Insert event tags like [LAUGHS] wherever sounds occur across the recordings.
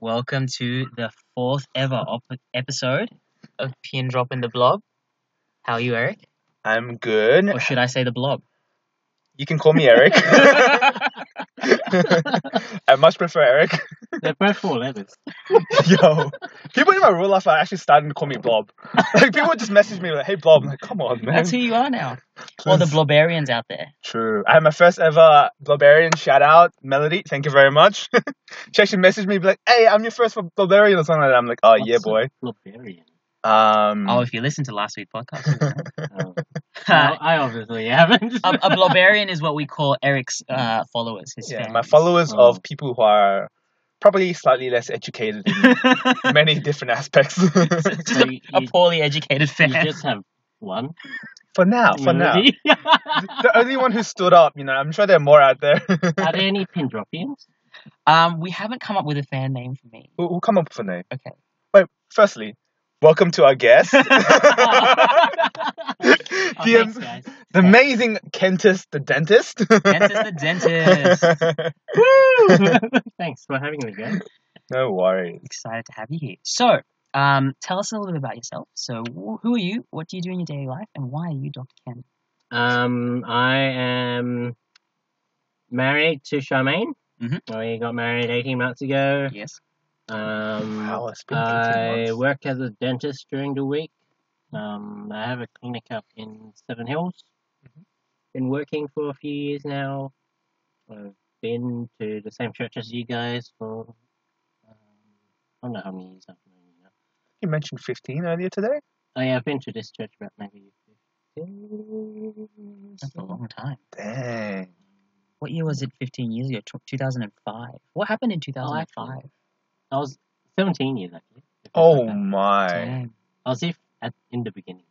Welcome to the fourth ever op- episode of Pin Drop in the Blob. How are you, Eric? I'm good. Or should I say the Blob? You can call me [LAUGHS] Eric. [LAUGHS] I much prefer Eric. [LAUGHS] They're both four letters. Yo, people in my real life are actually starting to call me [LAUGHS] Blob. Like people would just message me like, "Hey Blob," I'm like, "Come on, man." That's who you are now. All the Please. Blobarians out there. True. I had my first ever Blobarian shout out, Melody. Thank you very much. [LAUGHS] she actually messaged me be like, "Hey, I'm your first Blobarian" or something like that. I'm like, "Oh yeah, What's a boy." Barbarian. Mm. Um, Oh, if you listen to last week's podcast, you'll know. Oh. [LAUGHS] No, I obviously haven't. a, a Blobarian is what we call Eric's uh, followers. His [LAUGHS] yeah, fans. my followers Oh. of people who are probably slightly less educated [LAUGHS] in many [LAUGHS] different aspects. Just a, [LAUGHS] So you- [LAUGHS] a poorly educated you fan. just have one. for now, for now. [LAUGHS] Melody. the only one who stood up, you know. I'm sure there are more out there. [LAUGHS] Are there any pin drop-ins? [LAUGHS] Um, we haven't come up with a fan name for me. [LAUGHS] we'll, we'll come up with a name. Okay. Wait, firstly, welcome to our guest. [LAUGHS] Oh, the, thanks, guys. the amazing Kentist the dentist. Dentist the dentist. [LAUGHS] thanks for having me, guys. no worries. Excited to have you here. So, um, tell us a little bit about yourself. So, wh- who are you? What do you do in your daily life? And why are you Dr. Ken? Um, I am married to Charmaine. Mhm. We got married 18 months ago. Yes. Um, Wow, it's been 18 I months. work as a dentist during the week. Um, I have a clinic up in Seven Hills. Been working for a few years now. I've been to the same church as you guys for um, I don't know how many years I've known you now. You mentioned 15 earlier today. Oh yeah, I've been to this church about maybe fifteen. years. That's a long time. Dang. What year was it 15 years ago? Tw- 2005. What happened in 2005? I was seventeen years actually. if I Oh remember. my. Dang. I was if at in the beginning.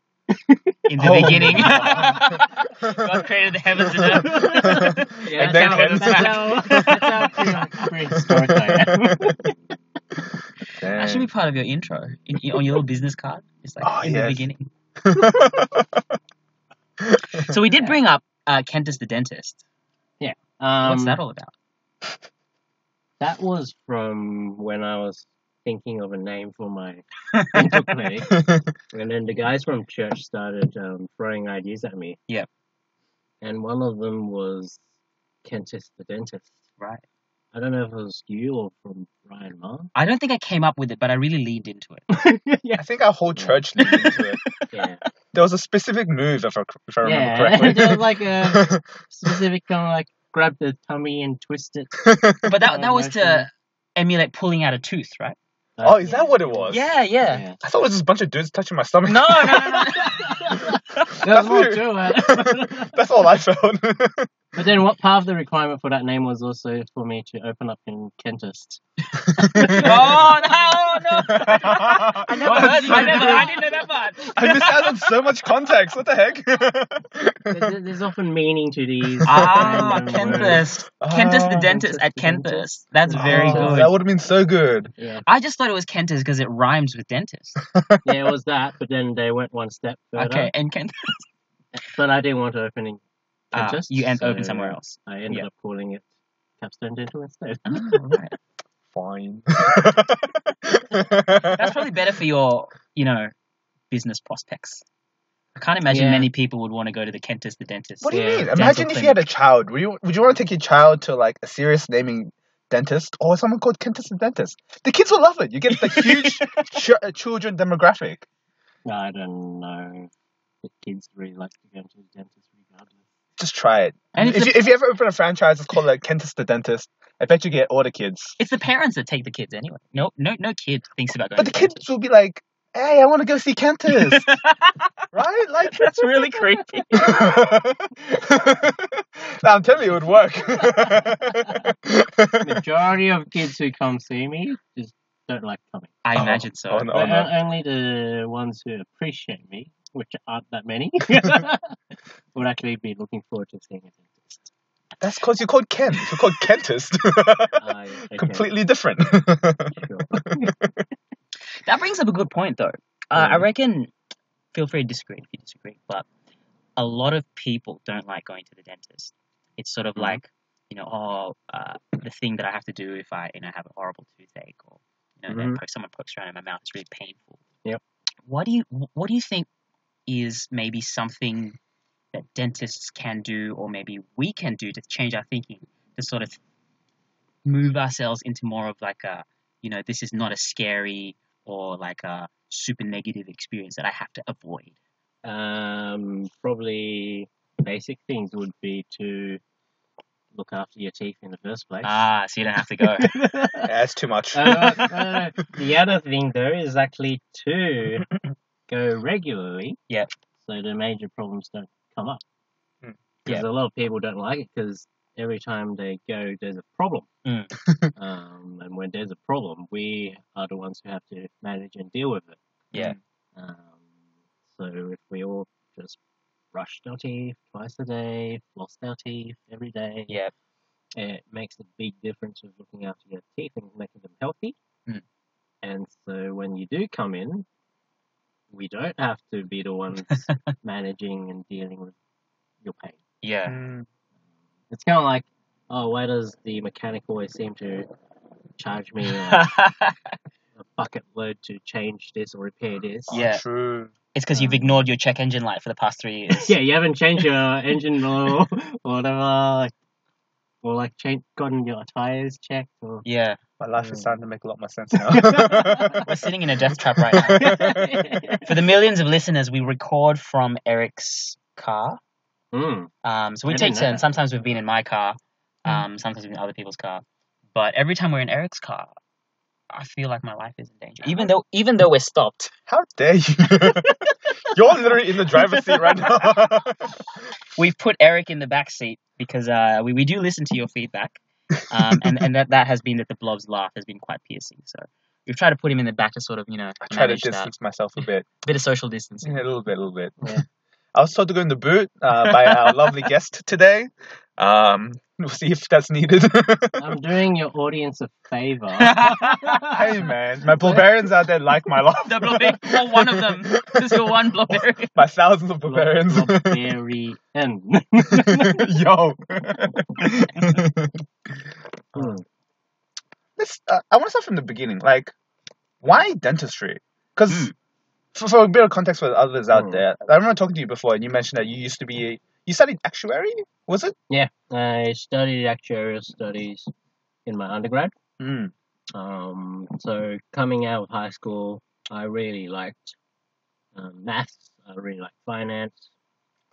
In the Oh beginning. God my. created the heavens and earth. Yeah, And then that's how- hence- that's how- that's how pre- prehistoric I am. [LAUGHS] [LAUGHS] that should be Dang. [LAUGHS] part of your intro in, in- on your little business card. It's like Oh, in the yes. beginning. So, we did bring up uh, Kentus the dentist. Um, What's that all about? That was from when I was thinking of a name [LAUGHS] for my dental clinic, and then the guys from church started um, throwing ideas at me. Yep. And one of them was Kentis the dentist. Right. I don't know if it was you or from Brian [LAUGHS] Ma. I don't think I came up with it, but I really leaned into it. I think our whole church leaned into it. Yeah. There was a specific move, if I, if I remember yeah. [LAUGHS] there was correctly. [LAUGHS] like a [LAUGHS] specific kind of like grab the tummy and twist it. But that, Oh, that was no, to emulate pulling out a tooth, right? [LAUGHS] Oh, is that what it was? Yeah, yeah. Yeah. I thought it was just a bunch of dudes touching my stomach. No, no, no, no. [LAUGHS] There's more what it- to [LAUGHS] [LAUGHS] it. [LAUGHS] That's all [LAUGHS] I felt. But then, what part of the requirement for that name was also for me to open up in Kentist? oh no, no! I never heard you. I never- never. I didn't know that much. I missed out on so much context. What the heck? There- There's often meaning to these. [LAUGHS] Um, Ah, random words. Kenthus. Kenthus the Ah, dentist at Kentus the Kenthus. That's very [LAUGHS] oh, good. That would have been so good. Yeah, I just thought it was Kentus because it rhymes with dentist. yeah, it was that, but then they went one step further. Okay, and [LAUGHS] Kentus. But I didn't want to open in Ah, Kentist. you end so open somewhere [LAUGHS] else. I ended Yeah. up calling it Capstone Dental instead. Oh, right. Fine. That's probably better for your, you know, business prospects. I can't imagine Yeah. many people would want to go to the Kentus the dentist. What do you Yeah, mean? dental Imagine if you had a child. Would you would you want to take your child to like a serious naming dentist or someone called dentist and dentist? The kids will love it. You get [LAUGHS] the huge ch- uh, children demographic. No, I don't know. The kids really like to go to the dentist regardless. Just try it. And if If the, you, if you ever open a franchise, it's called like dentist the dentist. I bet you get all the kids. it's the parents that take the kids anyway. No, no, no kid thinks about going. But to the kids will be like, "Hey, I want to go see Kentis." right? Like [LAUGHS] That's really creepy. I'm telling you, it [LAUGHS] would work. [LAUGHS] [LAUGHS] Majority of kids who come see me just don't like coming. [LAUGHS] I Oh, imagine so. uh, oh, no. But o- only the ones who appreciate me, which aren't [LAUGHS] that many, [LAUGHS] would actually be looking forward to seeing a dentist. That's because you're called Kent. You're called [LAUGHS] Kentist. I, okay, Completely [LAUGHS] different. sure. That brings up a good point, though. Uh, I Mm. Yeah. reckon. Feel free to disagree if you disagree, but a lot of people don't like going to the dentist. It's sort Mm. of Mhm. like, you know, oh, uh, the thing that I have to do if I, you know, have a horrible toothache or you know, that Mhm. poke- someone pokes around in my mouth. It's really painful. Yep. What do you What do you think is maybe something that dentists can do, or maybe we can do to change our thinking to sort of move ourselves into more of like a, you know, this is not a scary or like a super negative experience that I have to avoid. Um, probably basic things would be to look after your teeth in the first place. Ah, so you don't have to go. [LAUGHS] Yeah, that's too much. Uh, no, no, no. the other thing though is actually [COUGHS] to go regularly. Yep. So the major problems don't come up. Hmm. Because a lot of people don't like it because every time they go, there's a problem. Mm. um, and when there's a problem, we are the ones who have to manage and deal with it. Yeah. Um, so if we all just brushed our teeth twice a day, flossed our teeth every day, yeah. it makes a big difference of looking after your teeth and making them healthy. Mm. And so when you do come in, we don't have to be the ones managing and dealing with your pain. Yeah. [LAUGHS] Mm. It's kind of like, oh, why does the mechanic always seem to charge me like, a bucket load to change this or repair this? Oh, Yeah. True. [LAUGHS] it's because you've Um, ignored your check engine light for the past three years. [LAUGHS] yeah, you haven't changed your engine or [LAUGHS] or whatever, like, or like change, gotten your tires checked [LAUGHS] or. Yeah. My life is Mm. starting to make a lot more sense now. We're sitting in a death trap right [LAUGHS] now. [LAUGHS] For the millions of listeners, we record from Eric's car. Mm, Um, so we I take didn't know turns. that. Sometimes we've been in my car, Mm. um, sometimes we've been in other people's car. But every time we're in Eric's car, I feel like my life is in danger. Even though, even though we're stopped. [LAUGHS] How dare you? [LAUGHS] You're literally in the driver's seat right [LAUGHS] now. we've put Eric in the back seat because uh, we, we do listen to your feedback. Um, and, and that, that has been that the blob's laugh has been quite piercing. So we've tried to put him in the back to sort of, you know, I try to manage that distance myself a bit. bit of social distancing. [LAUGHS] Yeah, a little bit, a little bit. Yeah. I was told to go in the boot uh, by our lovely guest today. Um, we'll see if that's needed. I'm doing your audience a favor. [LAUGHS] hey, man. [LAUGHS] My barbarians out there like [LAUGHS] my [LAUGHS] laugh. the blueberry, you're one of them. [LAUGHS] Because you're one blueberry. My thousands of barbarians. Blueberry [LAUGHS] and [LAUGHS] Yo. Mm. Let's, uh, I want to start from the beginning. Like, why dentistry? Because Mm. for, for a bit of context for the others out Mm. there, I remember talking to you before, and you mentioned that you used to be you studied actuary, was it? yeah, I studied actuarial studies in my undergrad. Mm. Um, so coming out of high school, I really liked um, maths. I really liked finance.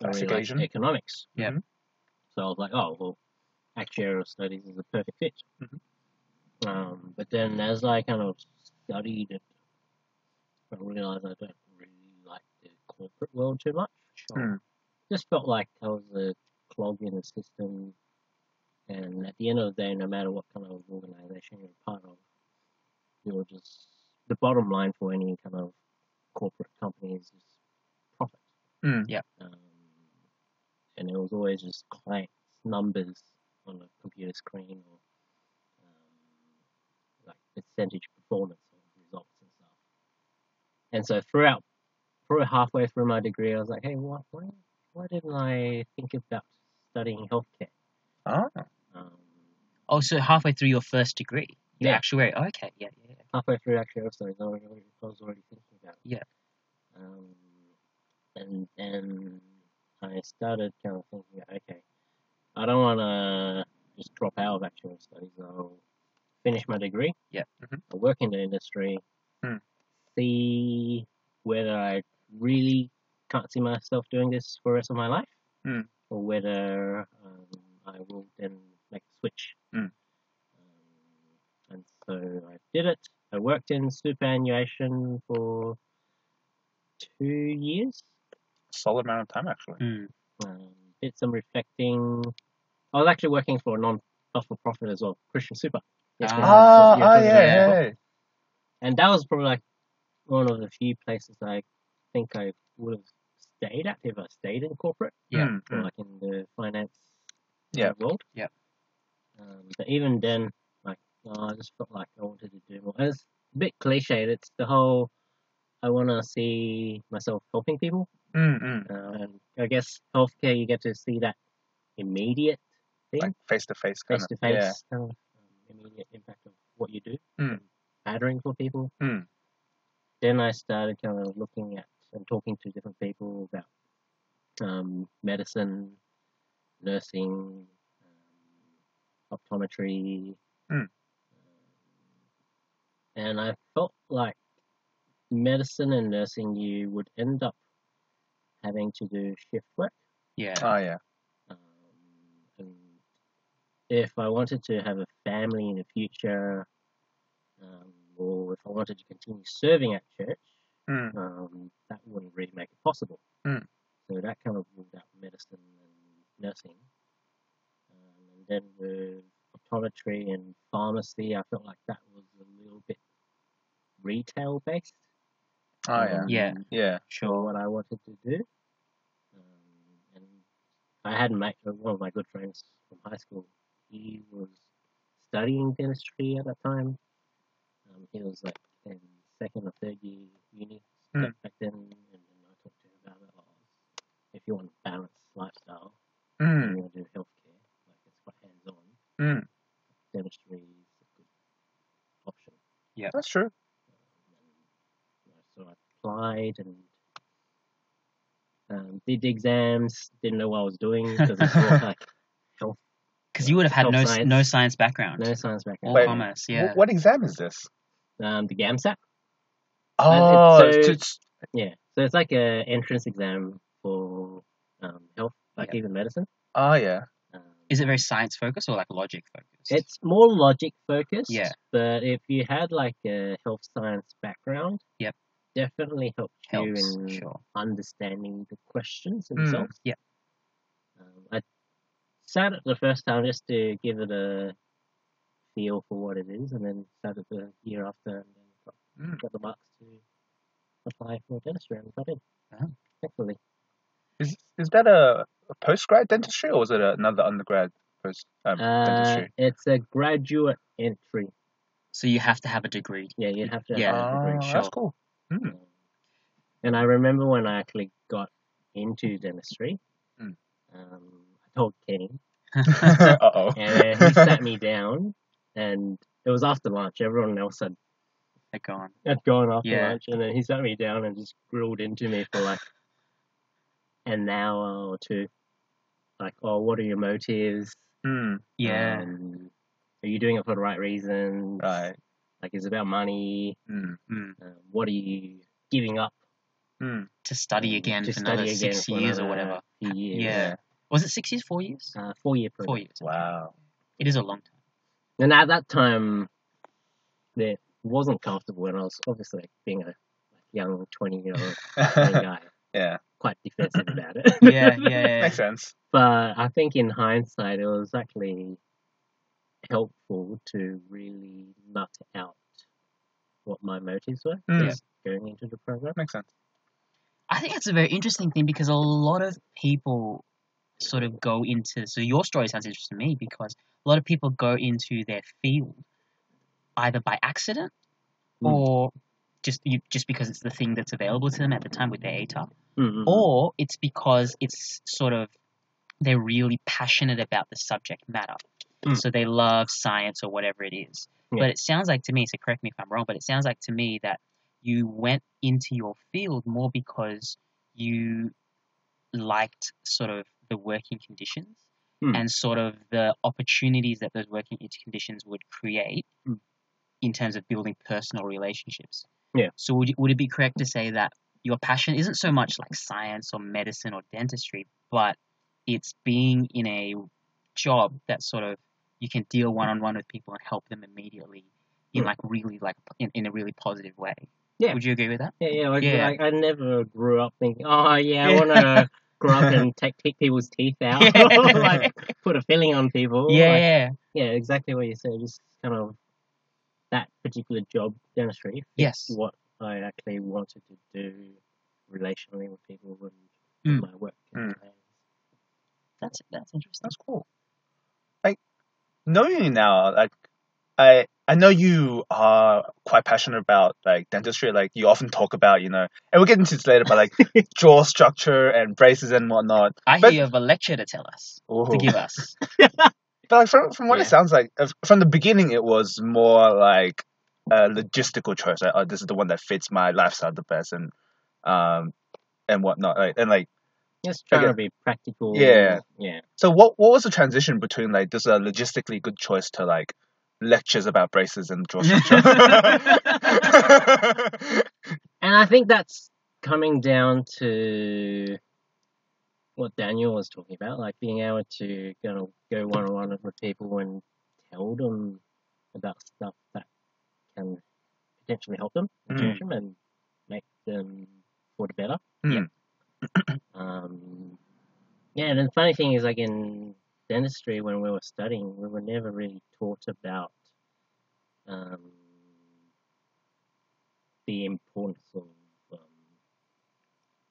I really Classic liked Asian. economics. Mm-hmm. Yeah. Mhm. So I was like, oh well, actuarial studies is a perfect fit. Mhm. Um, but then as I kind of studied it, I realized I don't really like the corporate world too much. Sure. Mm. Just felt like I was a clog in the system. And at the end of the day, no matter what kind of organization you're a part of, you're just the bottom line for any kind of corporate company is just profit. Mm. Um, and it was always just clients' numbers on a computer screen or um, like percentage performance or results and stuff. And so throughout, through halfway through my degree, I was like, hey, why, why, why didn't I think about studying healthcare? Ah. Um, Oh, so halfway through your first degree, your Yeah. actuary. Oh, okay. Yeah, yeah, yeah. halfway through actually, sorry, I was already, I was already thinking about it. Yeah. Um, and then I started kind of thinking, okay, I don't want to just drop out of actual studies. I'll finish my degree. Yeah. Mhm. I'll work in the industry. Hmm. See whether I really can't see myself doing this for the rest of my life, Hmm. or whether um, I will then make a switch. Hmm. Um, and so I did it. I worked in superannuation for two years. Solid amount of time actually. Mm. Um, did some reflecting. I was actually working for a non not for profit as well, Christian Super. Yes, we Ah. had- yeah, Ah, yeah, ah, talking about that as well. yeah, yeah. And that was probably like one of the few places I think I would have stayed at if I stayed in corporate Yeah. Mm, or mm. like uh, in the finance Yeah. world. Yeah. Um, but even then, like, oh, I just felt like I wanted to do more. And it's a bit cliched. It's the whole I want to see myself helping people. Mm, mm. Uh, and I guess healthcare, you get to see that immediate thing Like face to face kind face of. to Yeah. face kind of um, immediate impact of what you do Mm. and patterning for people. Hmm. Then I started kind of looking at and talking to different people about um, medicine, nursing, um, optometry. Hmm. um, and I felt like medicine and nursing, you would end up having to do shift work. Yeah. Oh yeah. Um, and if I wanted to have a family in the future, um, or if I wanted to continue serving at church, Mm. um, that wouldn't really make it possible. Mm. So that kind of ruled out medicine and nursing. Um, and then with optometry and pharmacy, I felt like that was a little bit retail based. Oh yeah. Yeah. Yeah. for Sure. what I wanted to do. Um, and I had my, one of my good friends from high school. He was studying dentistry at that time. Um, he was like in second or third year uni Hmm. back then, and then I talked to him about it. Like, if you want a balanced lifestyle, Mm. you want to do healthcare, like it's quite hands on. Mm. Dentistry is a good option. That's true. Um, and so I applied and um, did the exams. Didn't know what I was doing because it's all like [LAUGHS] health, Because you would have had Health no s science. no science background no science or background. Wait. commerce. Wh- Yeah. what exam is this? Um, the GAMSAT. Oh, so- it's just- Yeah, so it's like a entrance exam for um, health, like Yeah. even medicine. oh yeah. Um, Is it very science focused or like logic focused? It's more logic focused. Yeah. But if you had like a health science background, Yep. definitely helped you helps. in Sure. understanding the questions Mm. themselves. Yep. Um, I sat it the first time just to give it a feel for what it is, and then sat it the year after, and then got, Mm. got the marks to apply for dentistry and got in. Uh-huh. Wow. Thankfully, Is is that a, a postgrad dentistry or was it another undergrad post um, uh, dentistry? it's a graduate entry. So you have to have a degree. Yeah, you'd have to Yeah. have a degree. oh, sure. [LAUGHS] that's cool. Mm. Um, And I remember when I actually got into dentistry, Mm. um, I told Kenny, uh oh. and he [LAUGHS] sat me down, and it was after lunch. Everyone else had, They're gone. had gone after Yeah. lunch, and then he sat me down and just grilled into me for like an hour or two. Like, oh, what are your motives? Mm. Yeah. Um, are you doing it for the right reasons? Right. Like, is it about money? Mm. Mm. Um, what are you giving up Mm. To study um, again to for another study again six for years or whatever. another few years? Yeah. Was it six years? Four years? Uh, four year program. Four years. okay. Wow. It is a long [LAUGHS] time. And at that time, that wasn't comfortable, and I was obviously like, being a young [LAUGHS] twenty-year-old guy, [LAUGHS] yeah. quite defensive about it. Yeah. Yeah. Makes sense. [LAUGHS] but I think in hindsight, it was actually helpful to really nut out what my motives were Mm. Yeah. going into the program. Makes sense. I think that's a very interesting thing because a lot of people sort of go into. So your story sounds interesting to me because a lot of people go into their field either by accident Mm. or just you, just because it's the thing that's available to them at the time with their ATAR, Mm-hmm. or it's because it's sort of they're really passionate about the subject matter. Mm. So they love science or whatever it is. Yeah. But it sounds like to me, so correct me if I'm wrong, but it sounds like to me that you went into your field more because you liked sort of the working conditions Mm. and sort of the opportunities that those working each conditions would create Mm. in terms of building personal relationships. Yeah. So would, you, would it be correct to say that your passion isn't so much like science or medicine or dentistry, but it's being in a job that sort of you can deal one on one with people and help them immediately in Hmm. Mm. like really like in, in a really positive way. Yeah. Would you agree with that? Yeah, yeah, like, Yeah. like I never grew up thinking, oh yeah, I Yeah. want to grow [LAUGHS] up and take, take people's teeth out, Yeah. or, [LAUGHS] like put a filling on people. yeah, like, yeah. yeah, exactly what you said. Just kind of that particular job, dentistry. fits Yes. What I actually wanted to do relationally with people and Mm. with my work. and Mm. plans. That's that's interesting. That's cool. Like knowing you now, like I I know you are quite passionate about like dentistry. Like you often talk about, you know, and we'll get into this later, [LAUGHS] but like jaw structure and braces and whatnot. I hear But you have a lecture to tell us, to Ooh. give us. [LAUGHS] but like, from from what Yeah. it sounds like, uh, from the beginning, it was more like a logistical choice. Like, oh, this is the one that fits my lifestyle the best, and um, and whatnot. Like, and like, Just trying to guess- be practical. Yeah. Yeah. so what? What was the transition between like this is a logistically good choice to like lectures about braces and [LAUGHS] jaw structure? And I think that's coming down to what Daniel was talking about, like being able to kind of go one on one with people and tell them about stuff that can potentially help them, Mm. change them, and make them for the better. Mm. Um, yeah, and the funny thing is, like in dentistry, when we were studying, we were never really taught about um, the importance of um,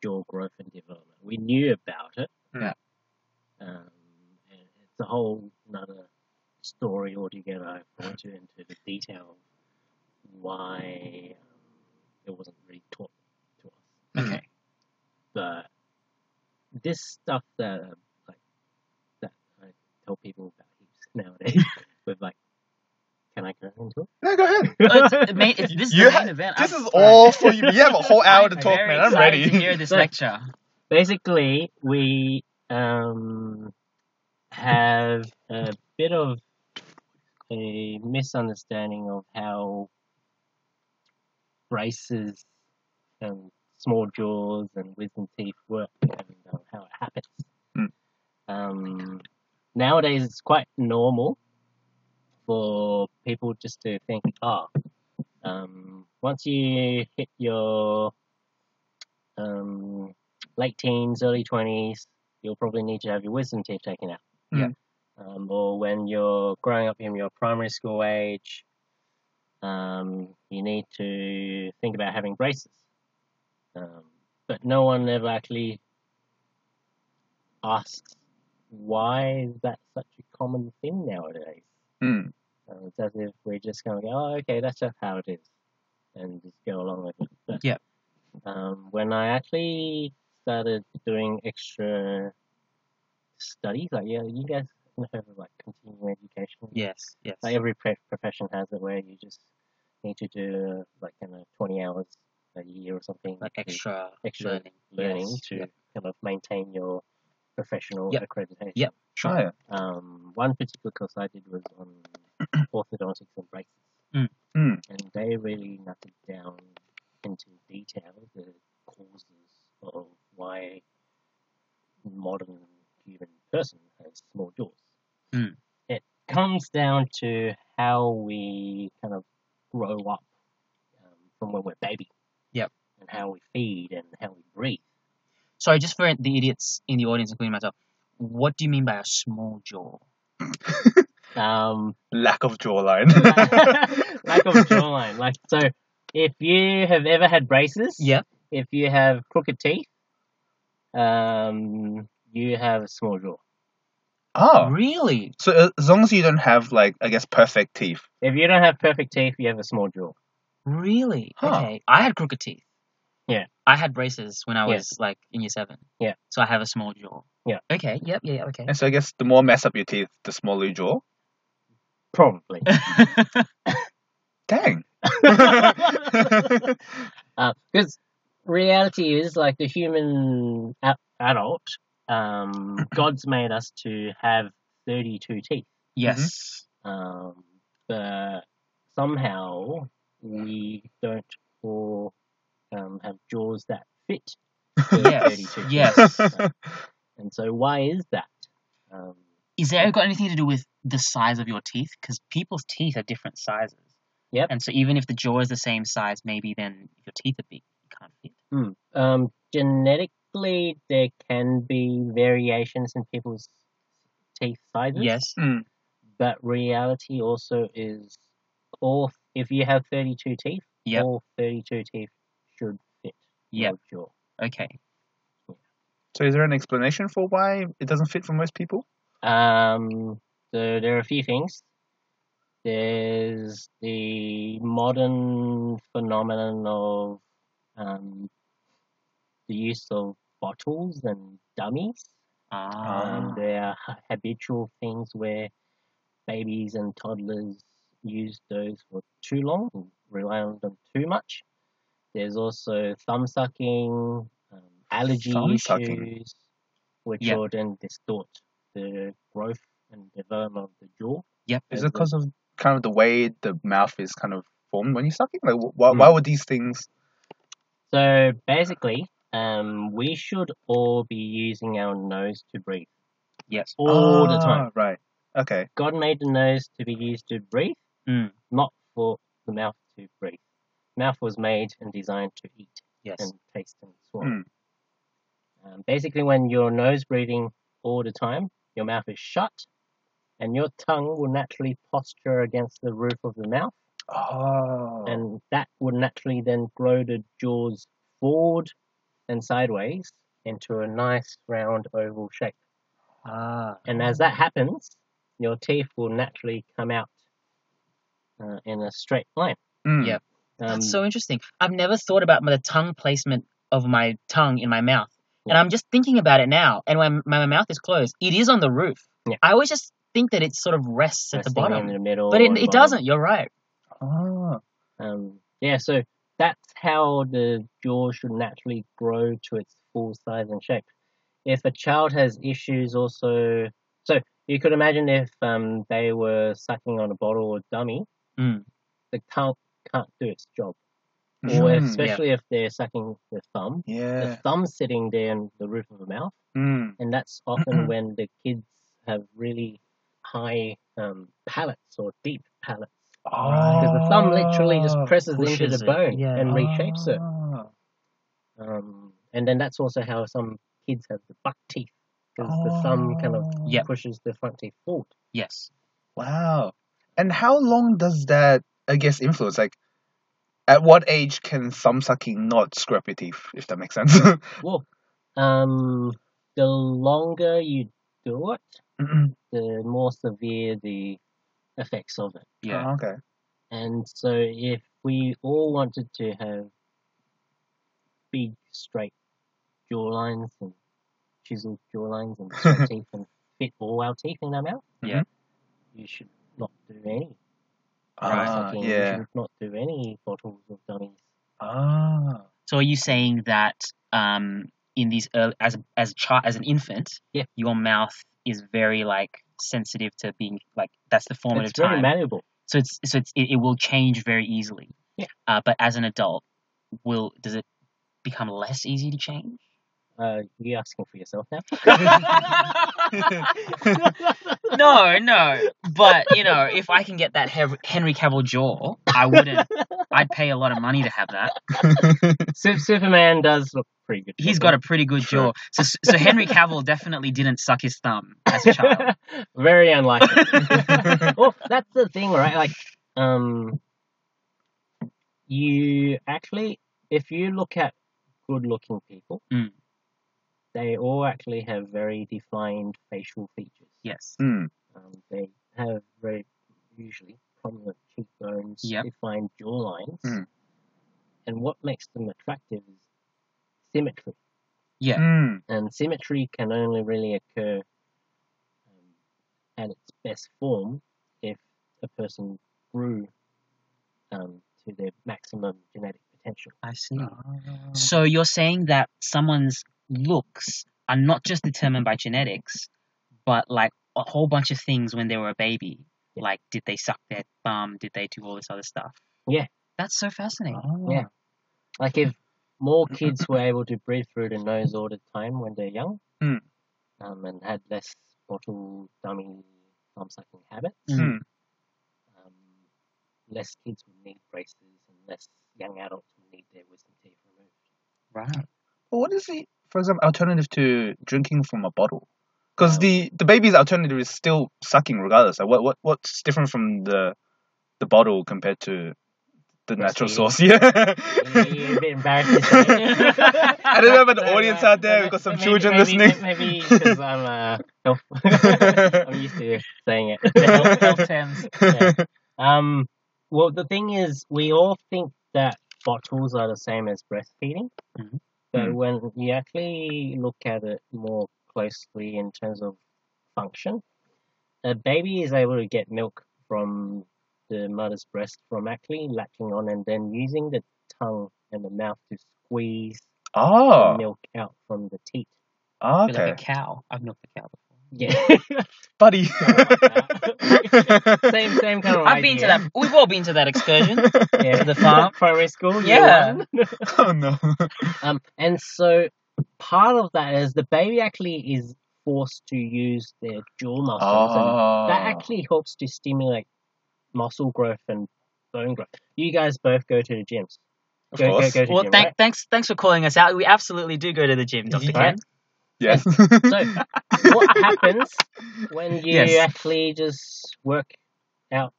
jaw growth and development. We knew about it. Yeah. Um, and it's a whole another story altogether. I won't go into the detail of why um, it wasn't really taught to us. Okay. But this stuff that um, like that I tell people about heaps [LAUGHS] nowadays with like can I go into it? [LAUGHS] no, go ahead. Oh, it's, the main, it's, this is You the ha- main event. This I'm- is all Right. for you. You have a whole hour [LAUGHS] to I'm talk, very man. I'm excited ready. [LAUGHS] to hear this Right. lecture. Basically we um have a bit of a misunderstanding of how braces and small jaws and wisdom teeth work and uh, how it happens. Mm. Um, nowadays, it's quite normal for people just to think, oh, um, once you hit your um, late teens, early 20s, you'll probably need to have your wisdom teeth taken out. Yeah. Um, or when you're growing up in your primary school age, um, you need to think about having braces. Um, but no one ever actually asks why is that such a common thing nowadays. Mm. Uh, it's as if we're just going to go, oh, okay, that's just how it is, and just go along with it. But Yeah. um, when I actually started doing extra studies, like yeah, you guys have like continuing education. Yes. Yes. Like every pre- profession has it, where you just need to do like kind of twenty hours a year or something. Like to- extra, extra learning. learning yes. to yeah. kind of maintain your professional Yep. accreditation. Yep. Oh, Sure. yeah. Um, one particular course I did was [CLEARS THROAT] on orthodontics and braces, Mm. Mm. and they really knuckled down into detail the causes of why modern human person has small jaws. Mm. It comes down to how we kind of grow up um, from when we're baby. Yep. And how we feed and how we breathe. Sorry, just for the idiots in the audience, including myself. What do you mean by a small jaw? Um, Lack [LAUGHS] of jawline. [LAUGHS] [LAUGHS] lack of jawline. Like so, if you have ever had braces, Yeah. If you have crooked teeth, um, you have a small jaw. oh. Really? So uh, as long as you don't have like I guess perfect teeth. If you don't have perfect teeth, you have a small jaw. Really? Huh. Okay. I had crooked teeth. Yeah. I had braces when I Yeah. was like in year seven. Yeah. So I have a small jaw. Yeah. Okay. Yep. Yeah. yeah, [LAUGHS] Okay. And so I guess the more mess up your teeth, the smaller your jaw. Probably. [LAUGHS] Dang. [LAUGHS] Because Uh, reality is like the human a- adult. Um, God's made us to have thirty-two teeth. yes. um, but somehow we don't all um, have jaws that fit. the Yes. 32 teeth. yes. [LAUGHS] And so, why is that? Um, Is there got anything to do with the size of your teeth? Because people's teeth are different sizes. Yep. And so even if the jaw is the same size, maybe then if your teeth are big, you can't fit. hmm, um, genetically, there can be variations in people's teeth sizes, Yes. Mm. but reality also is all if you have 32 teeth, Yep. all 32 teeth should fit Yep. your jaw. Okay. So is there an explanation for why it doesn't fit for most people? Um, so there are a few things. There's the modern phenomenon of um, the use of bottles and dummies, Ah. Mm-hmm. and they um, are ha- habitual things where babies and toddlers use those for too long, rely on them too much. There's also thumb sucking, um, allergy Thumb issues, sucking? which Yep. will then distort the growth and development of the jaw. Yep. Is as it the- because of kind of the way the mouth is kind of formed when you're sucking? Like, wh- why, Hmm. why would these things? So basically, um, we should all be using our nose to breathe Yep. all the time. Ah, Right. Okay. God made the nose to be used to breathe, Mm. not for the mouth to breathe. Mouth was made and designed to eat Yes. Mm. and taste and swallow. Hmm. Um, basically, when you're nose breathing all the time, your mouth is shut, and your tongue will naturally posture against the roof of the mouth, Oh. and that would naturally then grow the jaws forward and sideways into a nice round oval shape. Ah. And as that happens, your teeth will naturally come out uh, in a straight line. Hmm. Yep. That's Um, so interesting. I've never thought about the tongue placement of my tongue in my mouth. And Yeah. I'm just thinking about it now. And when my my mouth is closed, it is on the roof. Yeah. I always just think that it sort of rests at the resting in bottom. the middle. Um, But it, or it bottom. doesn't. You're right. Ah. Um, yeah, so that's how the jaw should naturally grow to its full size and shape. If a child has issues, also, so you could imagine if um, they were sucking on a bottle or dummy, Mm. the tongue can't do its job. Or if, Mm. yeah. especially if they're sucking the thumb, the Yeah. thumb's sitting there in the roof of the mouth, Hmm. and that's often when the kids have really high um, palates or deep palates because the thumb literally just Oh. presses into the Pushes it. bone Yeah. and reshapes it. Ah. Um, and then that's also how some kids have the buck teeth because the thumb kind of Oh. Ah. Yep. pushes the front teeth forward. Yes. Wow. And how long does that, I guess, influence? Like, at what age can thumb sucking not screw up your teeth, if that makes [LAUGHS] sense? [LAUGHS] Well, um, the longer you do it, Mm-mm. the more severe the effects of it. Yeah. oh, okay. And so, if we all wanted to have big, straight jawlines and chiseled jawlines and straight teeth and fit all our teeth in our mouth, Yeah. you should not do any thumb Right. Ah, sucking. You yeah. should not do any bottles of dummies. Ah. [LAUGHS] So are you saying that um in these early as a- as a child as an infant, Yeah. your mouth is very like sensitive to being like that's the formative It's very time. malleable. So it's so it's it, it will change very easily. Yeah. Uh, but as an adult, will does it become less easy to change? Uh, you asking for yourself now? [LAUGHS] no, no. But you know, if I can get that Hev- Henry Cavill jaw, I wouldn't. I'd pay a lot of money to have that. Sup- Superman does look pretty good. He's got a pretty good True. jaw. So so Henry Cavill definitely didn't suck his thumb as a child. [LAUGHS] very unlikely. [LAUGHS] well, that's the thing, right? Like, um, you actually, if you look at good-looking people, Mm. they all actually have very defined facial features. yes. Hmm. Um, they have very usually prominent cheekbones, Yep. defined jawlines, Mm. and what makes them attractive is symmetry. Yeah. Hmm. And Um, symmetry can only really occur um, at its best form if a person grew um, to their maximum genetic potential. I see. Ah. So you're saying that someone's looks are not just determined by genetics, but like a whole bunch of things when they were a baby. Yeah. Like, did they suck their thumb? Did they do all this other stuff? Yeah. That's so fascinating. Ah. Like if more kids were able to breathe through the nose all the time when they're young Mm. um, and had less bottle dummy thumb sucking habits, Mm. Hmm. um, less kids would need braces and less young adults would need their wisdom teeth removed. Right. Well, what is the, for example, alternative to drinking from a bottle? Because Um, the, the baby's alternative is still sucking regardless. Like, what, what what's different from the the bottle compared to the natural Breastfeeding. source? [LAUGHS] Yeah. Yeah, you're a bit embarrassed to say. [LAUGHS] I don't know about the So, audience uh, out there. We've got some maybe, children maybe, listening. Maybe because I'm uh, health. [LAUGHS] [LAUGHS] I'm used to saying it. The health, health terms. yeah. Um. Well, the thing is, we all think that bottles are the same as breastfeeding, Mhm. but Hmm. when you actually look at it more closely in terms of function, a baby is able to get milk from the mother's breast from actually latching on and then using the tongue and the mouth to squeeze the Oh, milk out from the teat. You're like okay, a cow. I've milked a cow before. Yeah. buddy. [LAUGHS] [LAUGHS] same same kind of I've been to that. We've all been to that excursion. Yeah, to the farm. primary school. year Yeah. one. [LAUGHS] Oh no. Um, and so part of that is the baby actually is forced to use their jaw muscles, and that Oh. actually helps to stimulate muscle growth and bone growth. You guys both go to the gyms. Of Go, go, course. go to Well, gym, thank, right? thanks, thanks for calling us out. We absolutely do go to the gym, Doctor Ye- Ken. [LAUGHS] Yes. [LAUGHS] So [LAUGHS] what happens when you Yes. actually just work out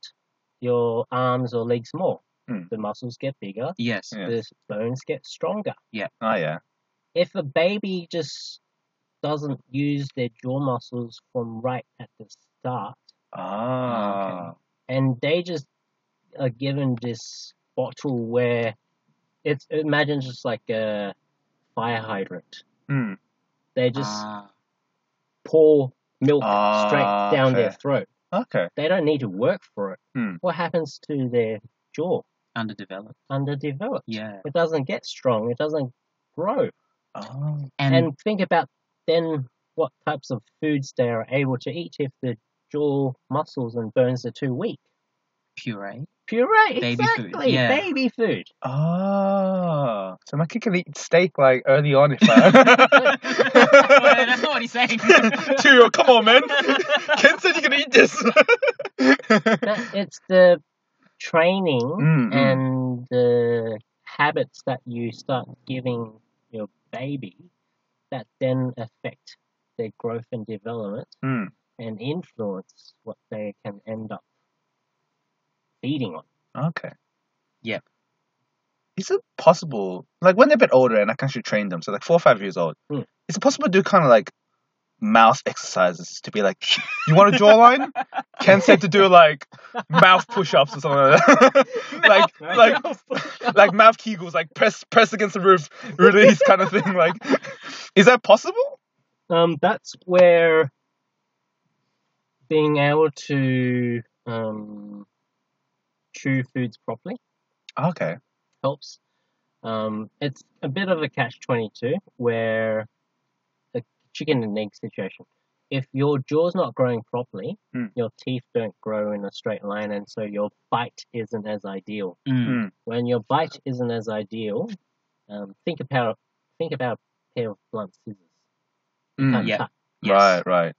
your arms or legs more? Hmm. The muscles get bigger. Yes. Yeah. The bones get stronger. Oh yeah. if a baby just doesn't use their jaw muscles from right at the start Ah. and they just are given this bottle where it's imagine just like a fire hydrant Hmm. they just Ah. pour milk Ah, straight down their okay. throat Okay. they don't need to work for it Hmm. what happens to their jaw underdeveloped. underdeveloped Yeah. it doesn't get strong it doesn't grow Oh. And, and think about then what types of foods they are able to eat if the jaw muscles and bones are too weak. puree. Puree, Baby food, exactly, yeah. baby food. Ah. So my kid can eat steak like early on if I. [LAUGHS] that's not what he's saying. Mm. Cheerio, come on, man. [LAUGHS] Ken said you can eat this. But [LAUGHS] [LAUGHS] it's the training Mm, mm. and the habits that you start giving your baby that then affect their growth and development Mm. and influence what they can end up [LAUGHS] feeding on. Okay. Yep. Is it possible, like when they're a bit older and I can actually train them, so like four or five years old, Hmm. Mm. is it possible to do kind of like mouth exercises to be like, [LAUGHS] you want a jawline? Ken said to do like mouth push-ups or something like that. [LAUGHS] like, Mouth- like, like mouth kegels, like press, press against the roof, release kind of thing. Like, [LAUGHS] is that possible? Um, that's where being able to um, chew foods properly Okay. helps. Um, it's a bit of a catch 22 where a chicken and egg situation. If your jaw's not growing properly, Mm. your teeth don't grow in a straight line, and so your bite isn't as ideal. Mm. Mm. When your bite isn't as ideal, um, think about think about a pair of blunt scissors. You Mm. can't Uh, Yeah. cut Yes. Right, right.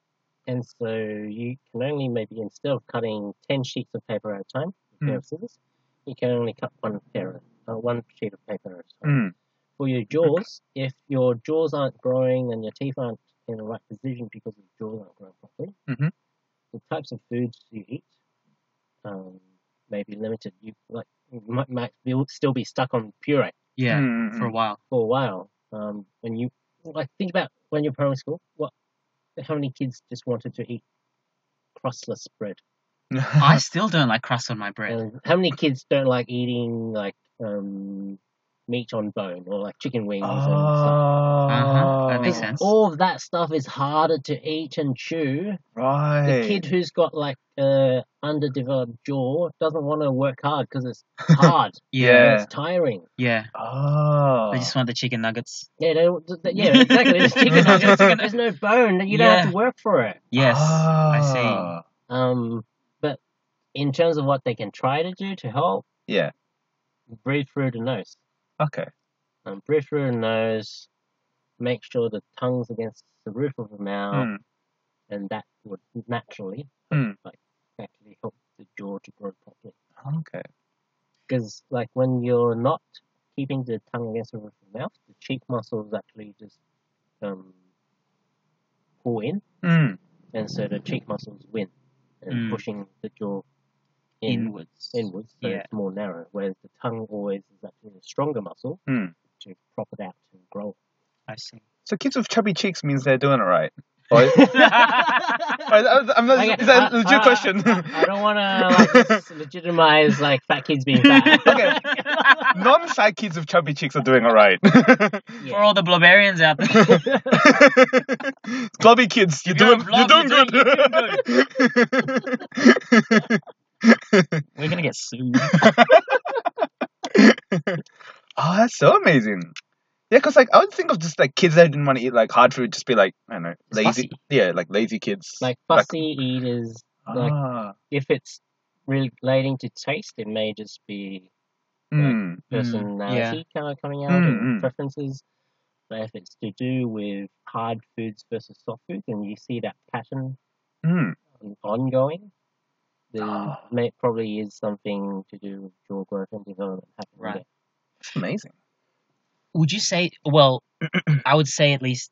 And so you can only maybe instead of cutting ten sheets of paper at a time, with a pair Mm. of scissors, you can only cut one pair, of, uh, one sheet of paper at a time. Mm. For your jaws, if your jaws aren't growing and your teeth aren't in the right position because your jaws aren't growing properly, Mhm. the types of foods you eat um, may be limited. You like you might, might be, still be stuck on puree Yeah. Mm, mm, For a while. for a while. Um, when you like think about when you're primary school, what how many kids just wanted to eat crustless bread? mm. [LAUGHS] I still don't like crust on my bread. And how many kids don't like eating like um, meat on bone or like chicken wings and Ah, stuff? uh-huh, that makes Oh, sense. All of that stuff is harder to eat and chew. The Right. kid who's got like a underdeveloped jaw doesn't want to work hard because it's hard Yeah. and Yeah. it's tiring. Yeah. Oh. They just want the chicken nuggets. Yeah, they, don't- th- th- yeah, exactly. There's chicken nuggets. There's no bone. You don't have Yeah. to work for it. Yes. I see. Ah. Um, but in terms of what they can try to do to help, Yeah. breathe through the nose. Okay. um, breathe through the nose, make sure the tongue's against the roof of the mouth, Mm. and that would naturally Mm. like actually help the jaw to grow properly. Okay. Because like when you're not keeping the tongue against the roof of the mouth, the cheek muscles actually just um, pull in, Mm. and so the cheek muscles win and Mm. pushing the jaw in Inwards. inwards, so Yeah. it's more narrow. Whereas the tongue always is actually the stronger muscle Mm. to prop it out and grow. it. I see. So kids with chubby cheeks means they're doing it right. Or- [LAUGHS] I- I- I'm not, Okay, is that I- a legit I- I- question? [LAUGHS] [LAUGHS] I, I don't want to like just legitimize like fat kids being fat. [LAUGHS] Okay. Non-fat kids with chubby cheeks are doing all right. For all the blobarians out there. [LAUGHS] Blobby kids, you're If you're a doing, blob, you're doing you're doing- [LAUGHS] good. We're gonna get [LAUGHS] sued. Oh, that's so amazing. Yeah, because like I would think of just like kids that didn't want to eat like hard food, just be like I don't know, lazy. fussy. Yeah, like lazy kids. Like fussy eaters, like- ah, if it's relating to taste, it may just be mm, personality kind of coming out Mm, and mm. preferences. But if it's to do with hard foods versus soft foods, and you see that pattern mm. on- ongoing, then Ah. may probably is something to do with jaw growth and development happening Right. there. That's amazing. Would you say? Well, [CLEARS THROAT] I would say at least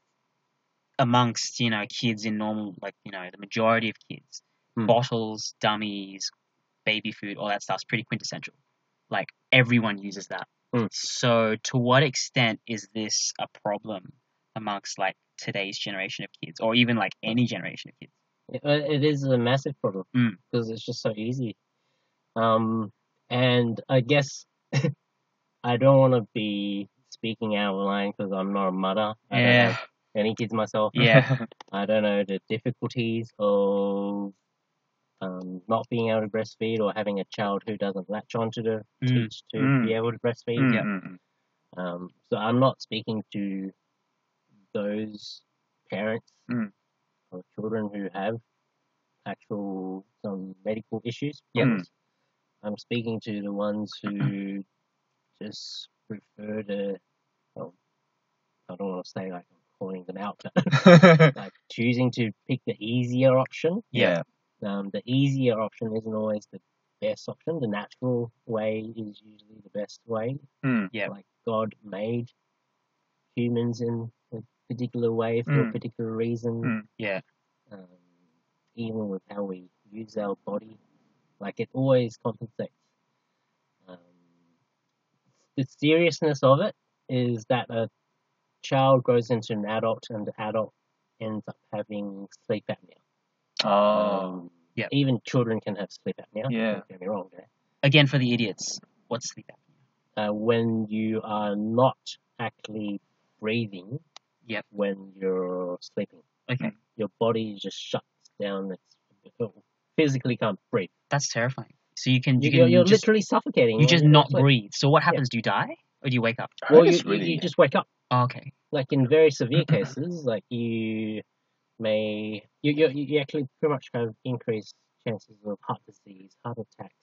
amongst you know kids in normal, like you know the majority of kids, Hmm. bottles, dummies, baby food, all that stuff's pretty quintessential. Like everyone uses that. Mm. So to what extent is this a problem amongst like today's generation of kids, or even like any generation of kids? It, uh, it is a massive problem Mm. because it's just so easy. Um, and I guess [LAUGHS] I don't want to be speaking out of line because I'm not a mother. I don't Yeah. have any kids myself. Yeah. [LAUGHS] I don't know the difficulties of um, not being able to breastfeed or having a child who doesn't latch onto the Mm, teach to be mm, able to breastfeed. Mm, Yeah. mm, mm. Um, so I'm not speaking to those parents Mm. or children who have actual some medical issues. Yeah. problems. I'm speaking to the ones who [CLEARS THROAT] just prefer to. Well, I don't want to say like I'm calling them out, but mm, [LAUGHS] like choosing to pick the easier option. Yeah. [LAUGHS] yeah. um, the easier option isn't always the best option. The natural way is usually the best way. Mm, Yeah. Like God made humans in a particular way for a Mm. particular reason. Mm. Yeah. Um, even with how we use our body, like it always compensates. Um, the seriousness of it is that a child grows into an adult, and the adult ends up having sleep apnea. Oh. Um, Yep. Even children can have sleep apnea. Yeah. Don't get me wrong there. Again, for the idiots, what's sleep apnea? Uh, when you are not actually breathing Yep. when you're sleeping, Okay. Mm. your body just shuts down. It's, it physically can't breathe. That's terrifying. So you can you You, can you're you're just literally suffocating. you when just you're not asleep. breathe. So what happens? Do you die or do you wake up? I heard Well, you, it's you, you really. just wake up. Oh, okay. Like in [LAUGHS] very severe cases, like you may you, you you actually pretty much have increased chances of heart disease, heart attacks,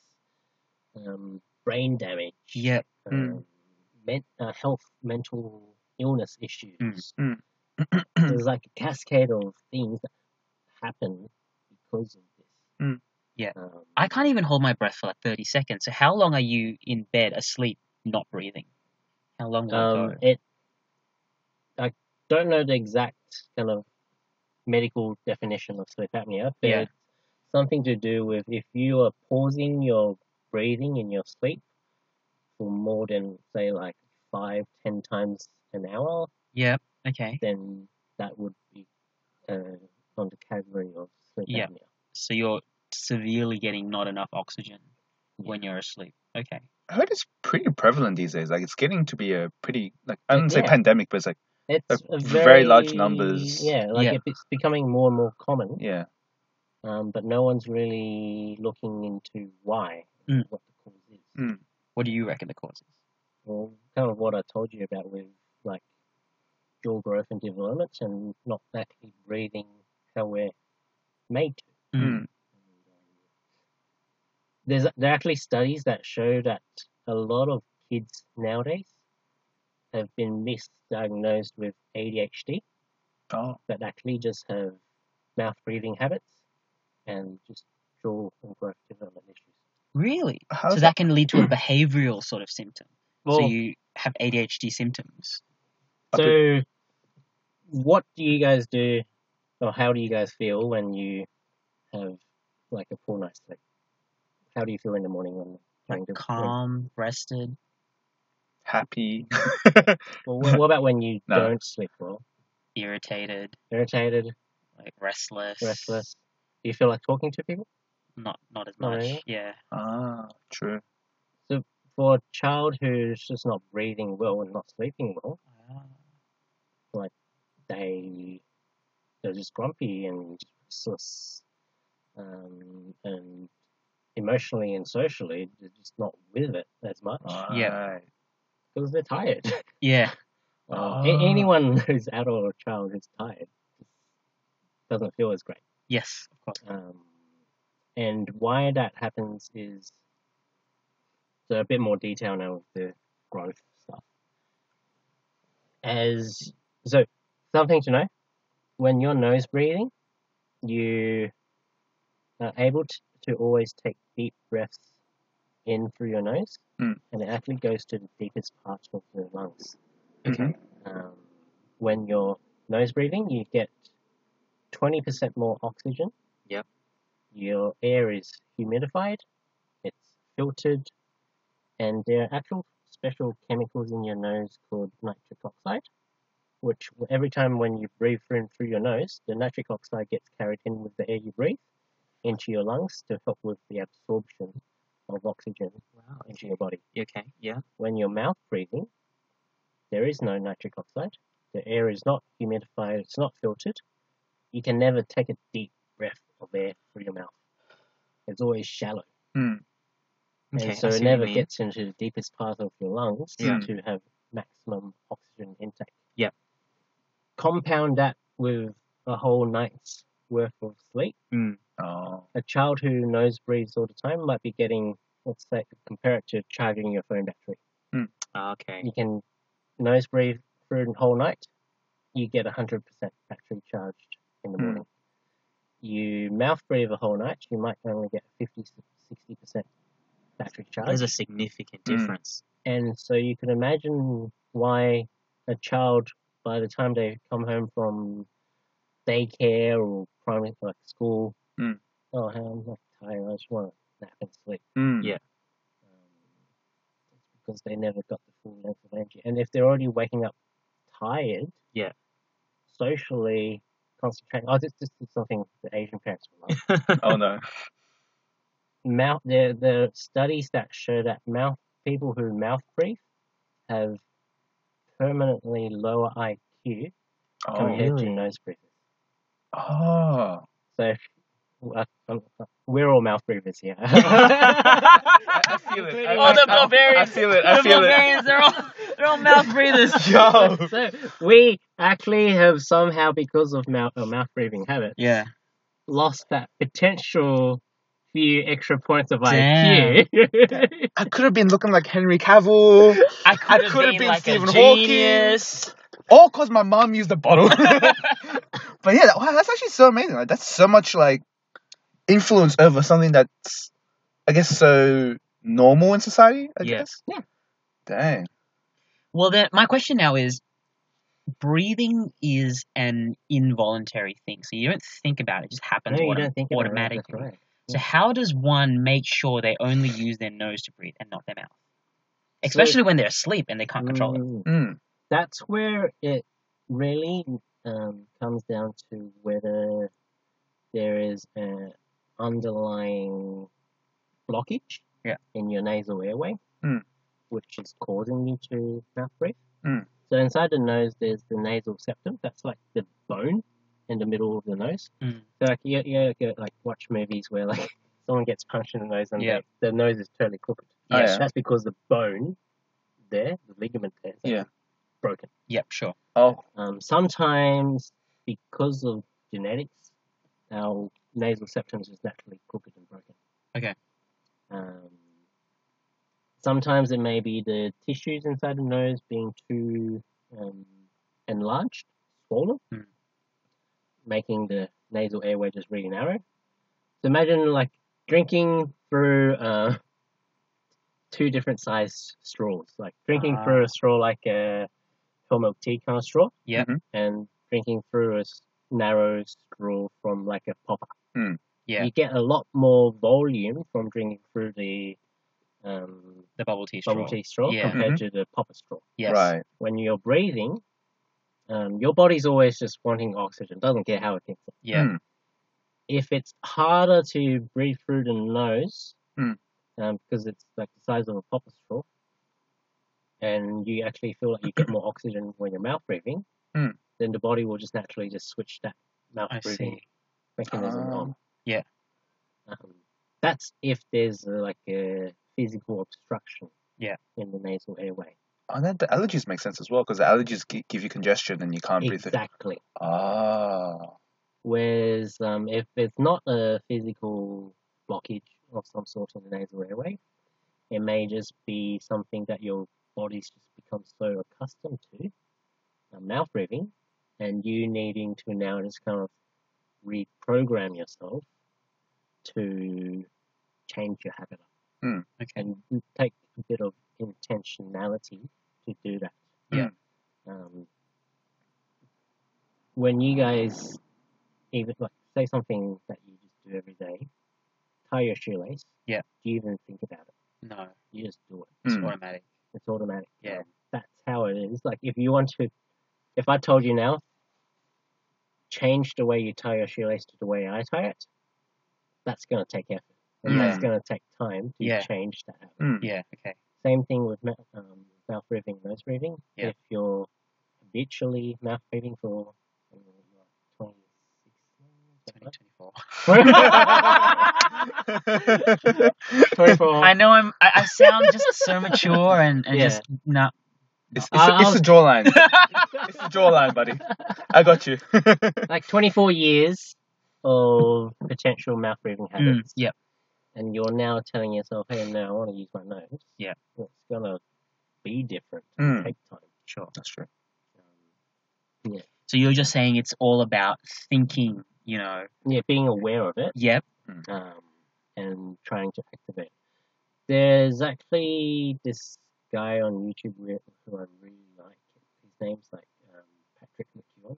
um, brain damage, Yep. Mm. um, men- uh, health, mental illness issues. mm. There's like a cascade of things that happen because of this. Mm. Yeah. Um, I can't even hold my breath for like thirty seconds. So how long are you in bed asleep, not breathing? How long will it um, go? it. I don't know the exact kind of medical definition of sleep apnea, but Yeah. it's something to do with if you are pausing your breathing in your sleep for more than say like five, ten times an hour, Yep. Okay. then that would be uh, on the category of sleep Yeah. apnea. So you're severely getting not enough oxygen Yeah. when you're asleep. Okay. I heard it's pretty prevalent these days. Like it's getting to be a pretty like I Uh, wouldn't say yeah. pandemic, but it's like It's a very large numbers. very- Yeah, like Yeah. if it's becoming more and more common, yeah. um, but no one's really looking into why, Mm. what the cause is, Mm. What do you reckon the cause is? or kind of what I told you about with like jaw growth and development, and not actually breathing how we're made to. Mm. And, um, There's there are actually studies that show that a lot of kids nowadays have been misdiagnosed with ADHD. Oh. that actually just have mouth breathing habits and just jaw and growth development issues. Really? How's So that, can lead to [CLEARS THROAT] a behavioral sort of symptom. so Well, you have ADHD symptoms. Up it- so what do you guys do, or how do you guys feel when you have like a poor night's sleep? How do you feel in the morning when Like during the when? calm, rested. happy? Well, wha- what about when you No. don't sleep well? irritated, Irritated, like restless, restless. Do you feel like talking to people? not not as Not much. really. Yeah, ah, true. So for a child who's just not breathing well and not sleeping well, Ah, they they're just grumpy and restless um, and emotionally and socially, they're just not with it as much Ah. Yeah. Alright. because they're tired. Yeah. Uh, Ah. a- anyone who's adult or child is tired, doesn't feel as great. Yes. Of course. Um, and why that happens is so a bit more detail now of the growth stuff. As so, something to know when you're nose breathing, you are able to, to always take deep breaths in through your nose, Mm. and it actually goes to the deepest parts of the lungs. Mhm. Um, when you're nose breathing, you get 20% more oxygen. Yep. Your air is humidified, it's filtered, and there are actual special chemicals in your nose called nitric oxide, which w- every time when you breathe in through your nose, the nitric oxide gets carried in with the air you breathe into your lungs to help with the absorption of oxygen Wow. into your body. Okay. Yeah. When you're mouth breathing, there is no nitric oxide. The air is not humidified, it's not filtered. You can never take a deep breath of air through your mouth. It's always shallow. Mm. Okay. and so I it see what you never mean. gets into the deepest part of your lungs Yeah. to have maximum oxygen intake. Yep. Compound that with a whole night's worth of sleep. Mm. Oh. A child who nose breathes all the time might be getting, let's say, compare it to charging your phone battery. Okay. You can nose breathe through the whole night, you get 100% battery charged in the Hmm. morning. You mouth breathe a whole night, you might only get 50 60% battery charge. There's a significant Mm. [LAUGHS] difference. And so you can imagine why a child, by the time they come home from daycare or primary like school, Mm. oh, hey, I'm not tired, I just want to nap and sleep. Mm. Yeah. Um, it's because they never got the full length of energy. And if they're already waking up tired, Yeah. socially concentrating, oh, this, this is something the Asian parents will love. [LAUGHS] Oh no. mouth there there are studies that show that mouth people who mouth breathe have permanently lower IQ Oh. compared to Really? nose breathers. Oh. So if, well, um, we're all mouth [LAUGHS] breathers here. [LAUGHS] I, I feel it. I, Including Oh, the I, myself. I, I barbarians! feel it. I the feel it. barbarians, they're all they're all mouth breathers. [LAUGHS] Yo. Oh. [LAUGHS] So we actually have somehow, because of mouth, our mouth breathing habit, Yeah. lost that potential few extra points of [LAUGHS] Damn. IQ. I could have been looking like Henry Cavill. I could could have been, been like Stephen a Hawking. genius. all because my mom used the bottle. but yeah, wow, that's actually so amazing. Like that's so much like influence over something that's I guess so normal in society. I Yeah. guess. Yeah. Dang. Well, then my question now is: breathing is an involuntary thing, so you don't think about it; it just no, happens you autom- don't think about it. That's automatically. right. So how does one make sure they only use their nose to breathe and not their mouth? So- Especially when they're asleep and they can't control it. Mm. Mm. that's where it really um, comes down to whether there is an underlying blockage Yeah. in your nasal airway, Mm. which is causing you to mouth breathe. Mm. So inside the nose, there's the nasal septum. That's like the bone in the middle of the nose. Mm. So like you, you go, like watch movies where like [LAUGHS] someone gets punched in the nose and Yeah. they, their nose is totally crooked. Oh, Yeah. yeah. That's because the bone there, the ligament there, is Yeah. actually broken. Yep. Sure. Oh. Um, sometimes, because of genetics, our nasal septum is naturally crooked and broken. Okay. Um, sometimes it may be the tissues inside the nose being too um, enlarged, swollen, Mm. making the nasal airway just really narrow. So imagine like drinking through uh, [LAUGHS] two different sized straws, like drinking Ah. through a straw like a whole milk tea kind of straw. Yep. and drinking through a s- narrow straw from like a popper. Yeah. You get a lot more volume from drinking through the um, The bubble tea straw. bubble tea straw Yeah. Mm-hmm. compared to the popper straw. Yes. Right. When you're breathing, um, your body's always just wanting oxygen, doesn't care how it gets it. Yeah. Mm. If it's harder to breathe through the nose, Hmm. Mm. um, because it's like the size of a popper straw, and you actually feel like you get more oxygen when you're mouth breathing, Mm. then the body will just naturally just switch that mouth Hmm. I breathing Um, see. mechanism Ah. on. Yeah. Um, That's if there's uh, like a physical obstruction. Yeah. In the nasal airway. Oh, that the allergies make sense as well because the allergies gi- give you congestion and you can't breathe. exactly. it. Ah, Whereas um, if it's not a physical blockage of some sort in the nasal airway, it may just be something that your body's just become so accustomed to, uh, mouth breathing, and you needing to now just kind of reprogram yourself to change your habit up Okay. and take a bit of intentionality to do that. Yeah. Um, when you guys even like say something that you just do every day, tie your shoelace. Yeah. Do you even think about it? No, You just do it. it's Hmm. automatic. It's automatic. Yeah. Um, that's how it is. Like if you want to, if I told you now, change the way you tie your shoelace to the way I tie it, that's gonna take effort. And that's Mm. gonna take time to Yeah. change that habit. Mm. Yeah. Okay. Same thing with mouth, um, mouth breathing, nose breathing. Yeah. If you're habitually mouth breathing for I don't know, Twenty twenty like 26, [LAUGHS] four. [LAUGHS] [LAUGHS] 24. I know I'm. I, I sound just so mature and, and Yeah. just not. [LAUGHS] it's it's, I'll- the- it's the jawline. it's the jawline, buddy. I got you. like 24 years of potential mouth breathing Mm, habits, yeah. and you're now telling yourself, hey, no, I want to use my nose. Yeah. Hmm. It's going to be different, Mm. take time. Sure. That's true. Um, So you're just saying it's all about thinking. You know. yeah, being aware of it Yep. um, and trying to activate it. There's actually this guy on YouTube re- who I really like. His name's like um, Patrick McEwan.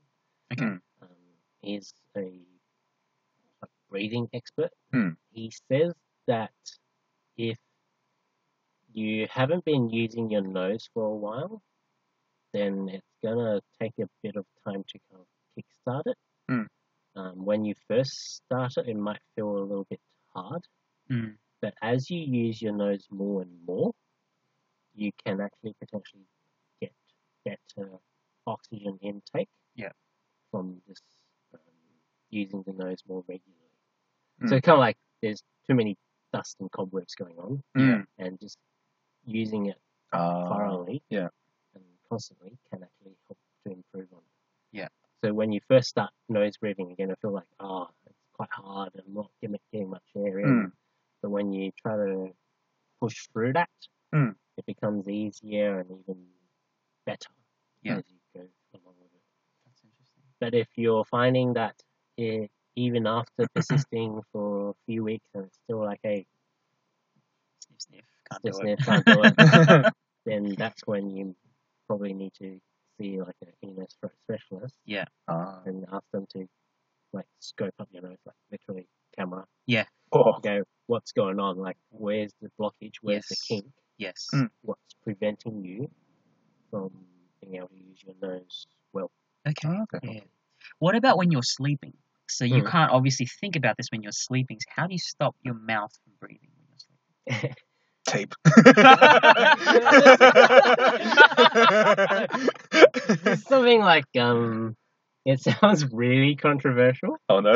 Okay. Mm. Um, he's a a breathing expert. Hmm. He says that if you haven't been using your nose for a while, then it's gonna take a bit of time to kind of kickstart it. Hmm. Um, when you first start it, it might feel a little bit hard, Mm. but as you use your nose more and more, you can actually potentially get better oxygen intake Yeah. from just um, using the nose more regularly. So Mm. kind of like there's too many dust and cobwebs going on, [LAUGHS] Mm. and just using it Um, Ah. thoroughly yeah. and constantly can actually help to improve on it. Yeah. So when you first start nose breathing, you're gonna feel like, ah, it's quite hard. I'm not getting getting much air in. Hmm. Mm. But when you try to push through that, Hmm. Mm. it becomes easier and even better Yeah. as you go along with it. That's interesting. But if you're finding that it, even after persisting for a few weeks and it's still like, hey, Sniff sniff. Can't just do it. sniff, can't do it, [LAUGHS] mm. then that's when you probably need to see like an ear nose throat specialist Ah. and ask them to like scope up your nose, like literally camera, Oh. go, what's going on? Like, where's the blockage? Where's the Yes. kink? Yes. Mm. What's preventing you from being able to use your nose well? Okay. Oh, okay. Yeah. What about when you're sleeping? So you Mm. can't obviously think about this when you're sleeping. So how do you stop your mouth from breathing when you're sleeping? [LAUGHS] Tape. It's something like um, it sounds really controversial. oh no.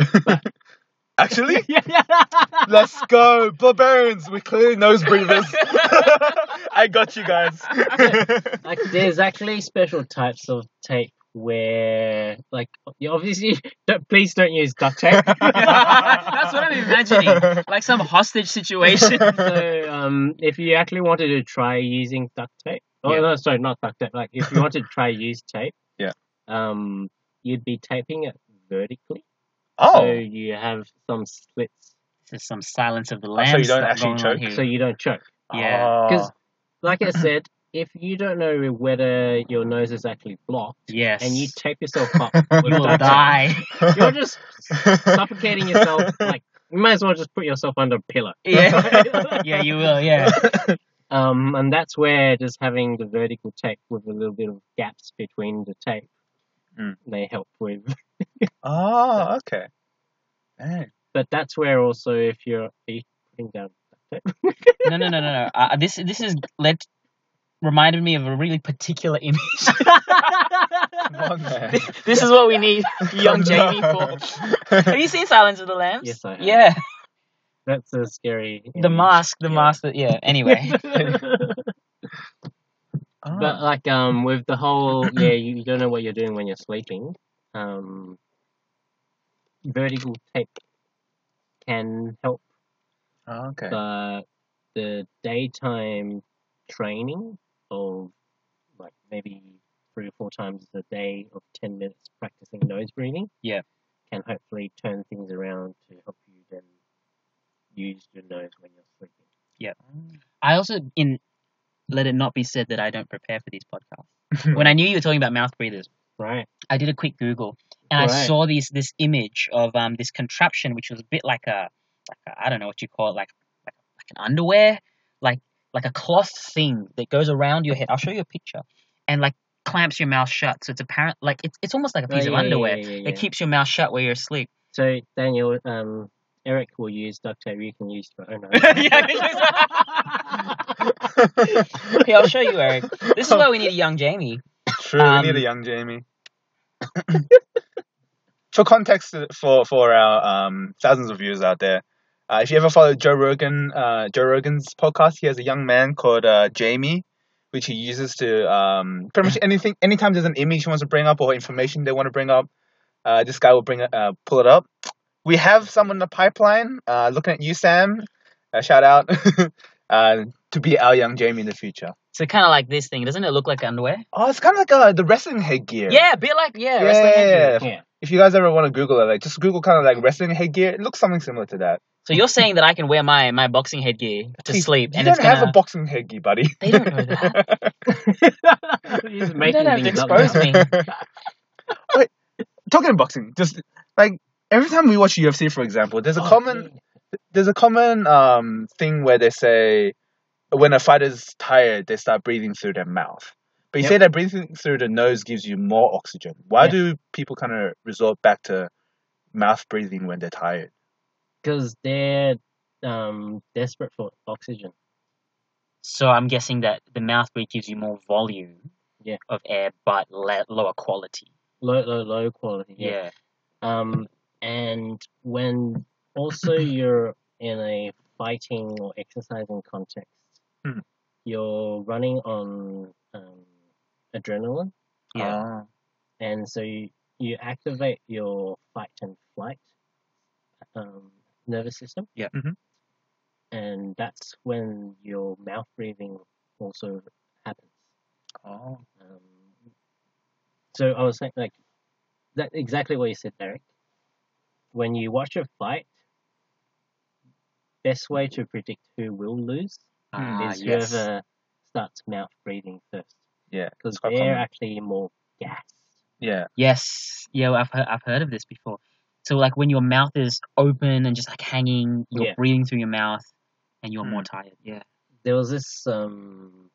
Actually, yeah, [LAUGHS] Let's go, barbarians! We're clearly nose breathers. [LAUGHS] I got you guys. like there's actually special types of tape where, like, you obviously, [LAUGHS] don't, please don't use duct tape. That's what I'm imagining. Like some hostage situation. so, um, if you actually wanted to try using duct tape, oh Yeah. no, sorry, not duct tape. Like, if you wanted to try use tape, Yeah. um, you'd be taping it vertically, [LAUGHS] so Oh, you have some slits [LAUGHS] There's some silence of the so lambs you don't stuff actually going on choke? here. so you don't choke. Yeah. Because, because like I said, if you don't know whether your nose is actually blocked Yes. and you tape yourself [LAUGHS] up with you [LAUGHS] will duct tape, die. you're just [LAUGHS] suffocating yourself. Like you might as well just put yourself under a pillow. [LAUGHS] yeah. Yeah, you will. Yeah. um, and that's where just having the vertical tape with a little bit of gaps between the tape Mm. may help with. [LAUGHS] [LAUGHS] oh, okay. Man. But that's where also if you're are you putting down duct tape. No, no, no, no, no. Uh, this this is led reminded me of a really particular [LAUGHS] image. Come on, man. this is [LAUGHS] what we need [LAUGHS] Come on. Have you seen Silence of the Lambs? Yes, I have. Yeah. That's a scary. The image. mask, the Yeah. mask. that- Yeah. [LAUGHS] Anyway. Ah, But like um with the whole yeah, you, you don't know what you're doing when you're sleeping. Um vertical tape can help ah, okay. [LAUGHS] [LAUGHS] but the daytime training of like maybe three or four times a day of ten minutes practicing nose breathing. Yeah. Can hopefully turn things around to help you then use your nose when you're sleeping. I also in let it not be said that I don't prepare for these podcasts. [LAUGHS] When I knew you were talking about mouth breathers, Right. I did a quick Google and I Right. saw this this image of um this contraption which was a bit like a like a, I don't know what you call it like like, like an underwear like like a cloth thing that goes around your head. I'll show you a picture and like clamps your mouth shut. So it's apparent like it's it's almost like a Oh, piece of yeah, yeah, underwear. yeah, yeah, It yeah. keeps your mouth shut while you're [LAUGHS] asleep. So Daniel, um, Eric will use duct tape. You can use [LAUGHS] your own. Yeah, I Here, I'll show you, Eric. [LAUGHS] This is why we need a young Jamie. True, we need Um, a young Jamie. [COUGHS] for context, uh, for for our um, thousands of viewers out there, uh, if you ever follow Joe Rogan, uh, Joe Rogan's podcast, he has a young man called uh, Jamie, which he uses to um, pretty much anything. Anytime there's an image he wants to bring up or information they want to bring up, uh, this guy will bring it, uh, pull it up. We have someone in the pipeline. Uh, looking at you, Sam. Uh, shout out [LAUGHS] uh, to be our young Jamie in the future. So kind of like this thing, doesn't it look like underwear? Oh, it's kind of like uh, the wrestling headgear. Yeah, a bit like yeah, wrestling headgear. Yeah. Yeah. If you guys ever want to Google it, like just Google kind of like wrestling headgear. It looks something similar to that. So you're saying that I can wear my my boxing headgear to Please, sleep, You and don't it's gonna have a boxing headgear, buddy. [LAUGHS] they don't know that. You're just You making don't have to things up expose now. me. [LAUGHS] Wait, talking of boxing, just like every time we watch UFC, for example, there's a Oh, common there's a common um thing where they say when a fighter's tired, they start breathing through their mouth. But you Yep. say that breathing through the nose gives you more oxygen. Why Yeah. do people kind of resort back to mouth breathing when they're tired? because they're um desperate for oxygen. [LAUGHS] So I'm guessing that the mouth breathe gives you more volume Yeah. of air, but le- lower quality. Low, low, low quality. Yeah. Yeah. Um, and when also you're in a fighting or exercising context, Hmm. you're running on um, adrenaline, Yeah. Ah. and so you, you activate your fight and flight um, nervous system. Yeah. Mhm. And that's when your mouth breathing also happens. Oh. Um, so I was saying, like, that exactly what you said, Eric. When you watch a fight, best way to predict who will lose Hmm. Ah, is yes. whoever starts mouth breathing first, Yeah. because It's quite they're common. actually more gassed. Yeah. [LAUGHS] Yes. Yeah, well, I've heard, I've heard of this before. So like when your mouth is open and just like hanging, you're Yeah, breathing through your mouth, and you're more Mm. tired. Yeah. there was this um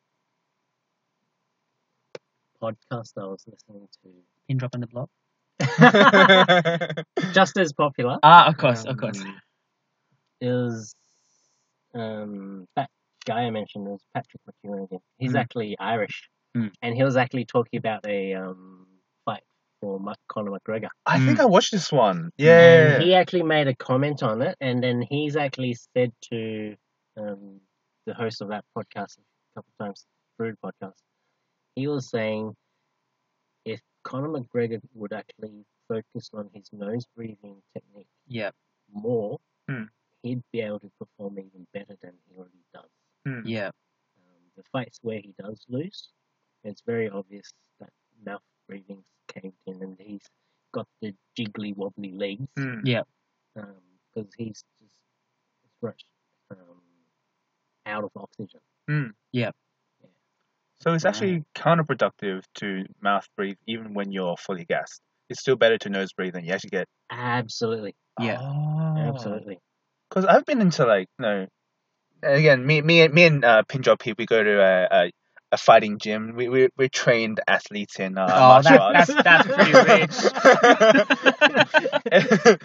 podcast I was listening to, Pin drop on the block. just as popular. Ah, of course, of course. Um, it was um that guy I mentioned it was Patrick McEwen again. He's Mm. actually Irish, Hmm. Mm. and he was actually talking about a um fight for Mc- Conor McGregor. I think Mm. I watched this one. And Yeah. he actually made a comment on it, and then he's actually said to um, the host of that podcast a couple of times, Brood Podcast, he was saying if Conor McGregor would actually focus on his nose breathing technique Yeah. more, Hmm. he'd be able to perform even better than he already does. Hmm. Yeah. Um, the fights where he does lose, it's very obvious that mouth breathing's caved in, and he's got the jiggly wobbly legs. Hmm. Yeah. because he's just rushed um, out of oxygen. Hmm. Yeah. So it's Wow. actually counterproductive to mouth breathe even when you're fully gassed. It's still better to nose breathe and you actually get Absolutely, Yeah. Oh. absolutely. Because I've been into like no again, me me me and uh Pinjob here we go to a, a a fighting gym. We we we're trained athletes in uh, Oh, martial that, arts. that's that's [LAUGHS] pretty rich. [LAUGHS]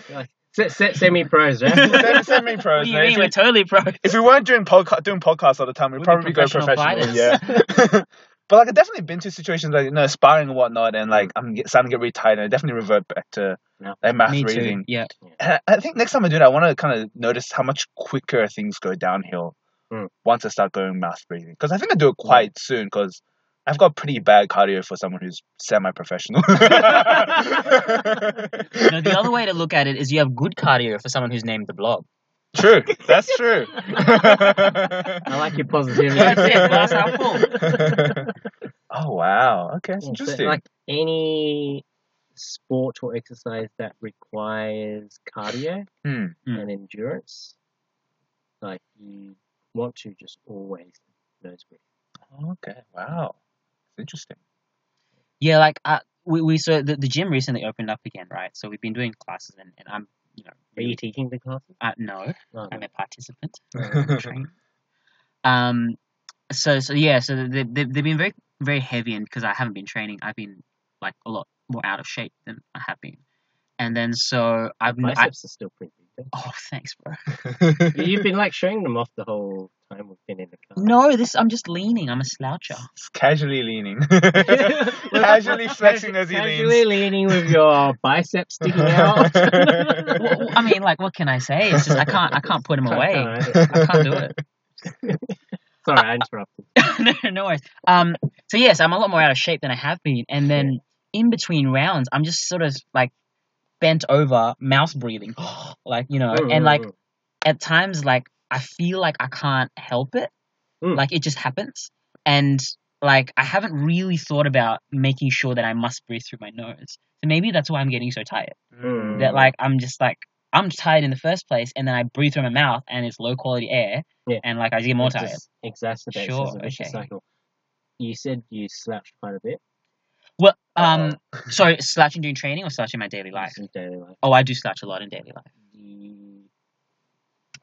Se- se- Semi pros, [LAUGHS] right? [LAUGHS] semi semi What pros. do you mean? We're totally pro. if we weren't doing podca- doing podcasts all the time, we'd We'd be probably go professional professional. fighters. Yeah. [LAUGHS] But like I've definitely been to situations like you know sparring and whatnot, and like I'm get, starting to get really tired, and I definitely revert back to Yeah. like math Me reading. too. Yeah. And I I think next time I do that, I want to kind of notice how much quicker things go downhill Mm. once I start going math breathing. Because I think I do it quite soon. Because I've got pretty bad cardio for someone who's semi-professional. [LAUGHS] No, the other way to look at it is you have good cardio for someone who's named the blog. true. [LAUGHS] That's true. I like your positivity. That's it, glass half full. [LAUGHS] oh wow. Okay, that's Yeah, so, interesting. like any sport or exercise that requires cardio Hmm. Mm. and endurance, like you want to just always nose breathe. Okay. Wow. It's interesting. Yeah, like uh, we we so the, the gym recently opened up again, right? So we've been doing classes, and, and I'm you know Are you teaching the class? uh, no, No, I'm no. a participant. I'm trained. Um, so so yeah, so they, they they've been very very heavy, and because I haven't been training, I've been like a lot more out of shape than I have been, and then so I've been, I, Biceps are still pretty big. oh thanks, bro. though. You've been like showing them off the whole time we've been in the car. [LAUGHS] No, this I'm just leaning. I'm a sloucher. It's casually leaning. [LAUGHS] Casually flexing as he leans. Casually leaning with your biceps sticking [LAUGHS] out. [LAUGHS] Wha- wha- I mean, like, what can I say? It's just I can't I can't put him [LAUGHS] Can't- away. can't hide it. I can't do it. Sorry, [LAUGHS] I interrupted. no, no worries. Um, so yes, I'm a lot more out of shape than I have been, and then in between rounds, I'm just sort of like bent over, mouth breathing, [GASPS] like you know, and like Mm, at times, like I feel like I can't help it, Mm. like it just happens, and like I haven't really thought about making sure that I must breathe through my nose. So maybe that's why I'm getting so tired. Hmm. Mm. That like I'm just like I'm tired in the first place, and then I breathe through my mouth, and it's low quality air, Yeah. and like I get more it tired. just exacerbates Sure, as a vicious okay. cycle. You said you slouched quite a bit. Well, Uh-oh. um, sorry, slouching during training or slouching in my daily life? This is daily life. Oh, I do slouch a lot in daily life. You-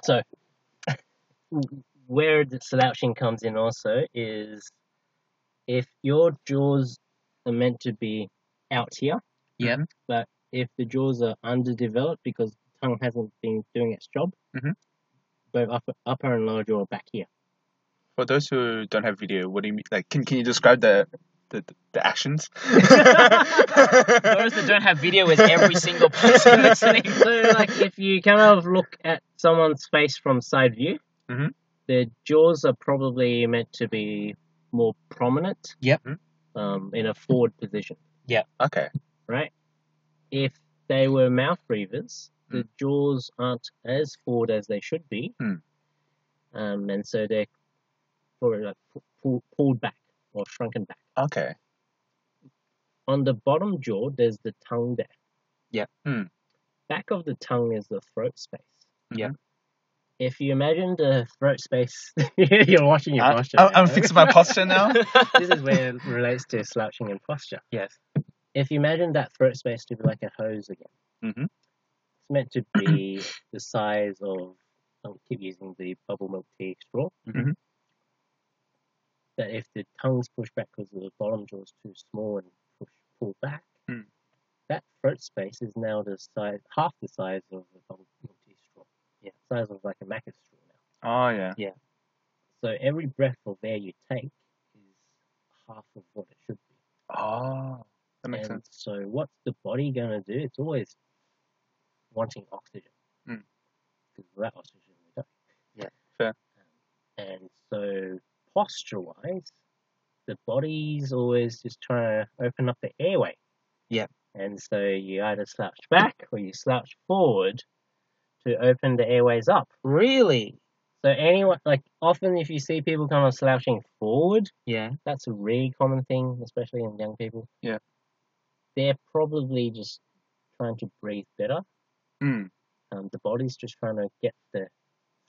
So, w- where the slouching comes in also is if your jaws are meant to be out here, Yep. but if the jaws are underdeveloped because the tongue hasn't been doing its job, Mm-hmm. Mhm. both upper, upper and lower jaw are back here. For those who don't have video, what do you mean? Like, can can you describe the the, the actions? Those that don't have video is [LAUGHS] every single person listening. so like if you kind of look at someone's face from side view, Mhm. their jaws are probably meant to be more prominent. Yep. Mhm. Um, in a forward position, okay. right? If they were mouth breathers, the jaws aren't as forward as they should be, Mm. um, and so they're probably like pu- pull, pulled back or shrunken back. Okay. On the bottom jaw, there's the tongue there. Yep. Hmm. Back of the tongue is the throat space. Yep. If you imagine the throat space, [LAUGHS] you're watching your I, posture. Uh, I'm, [LAUGHS] I'm now. fixing my [LAUGHS] posture now. this is where it relates to slouching and posture. Yes. If you imagine that throat space to be like a hose again, Mhm. it's meant to be the size of. I'll keep using the bubble milk tea straw. Mhm. That if the tongue's pushed back because the bottom jaw is too small and push pulled back, Mm. that throat space is now the size half the size of the bubble milk tea straw. Yeah, size of like a maca straw now. Oh yeah. So every breath of air you take is half of what it should be. Oh, that makes and sense. so what's the body going to do? It's always wanting oxygen. Mm. Because without oxygen, we die. Yeah. Fair. And so posture-wise, the body's always just trying to open up the airway. Yeah. And so you either slouch back or you slouch forward to open the airways up. Really? So anyone, like often if you see people kind of slouching forward, Yeah. that's a really common thing, especially in young people. Yeah. They're probably just trying to breathe better. Mm. Um, the body's just trying to get the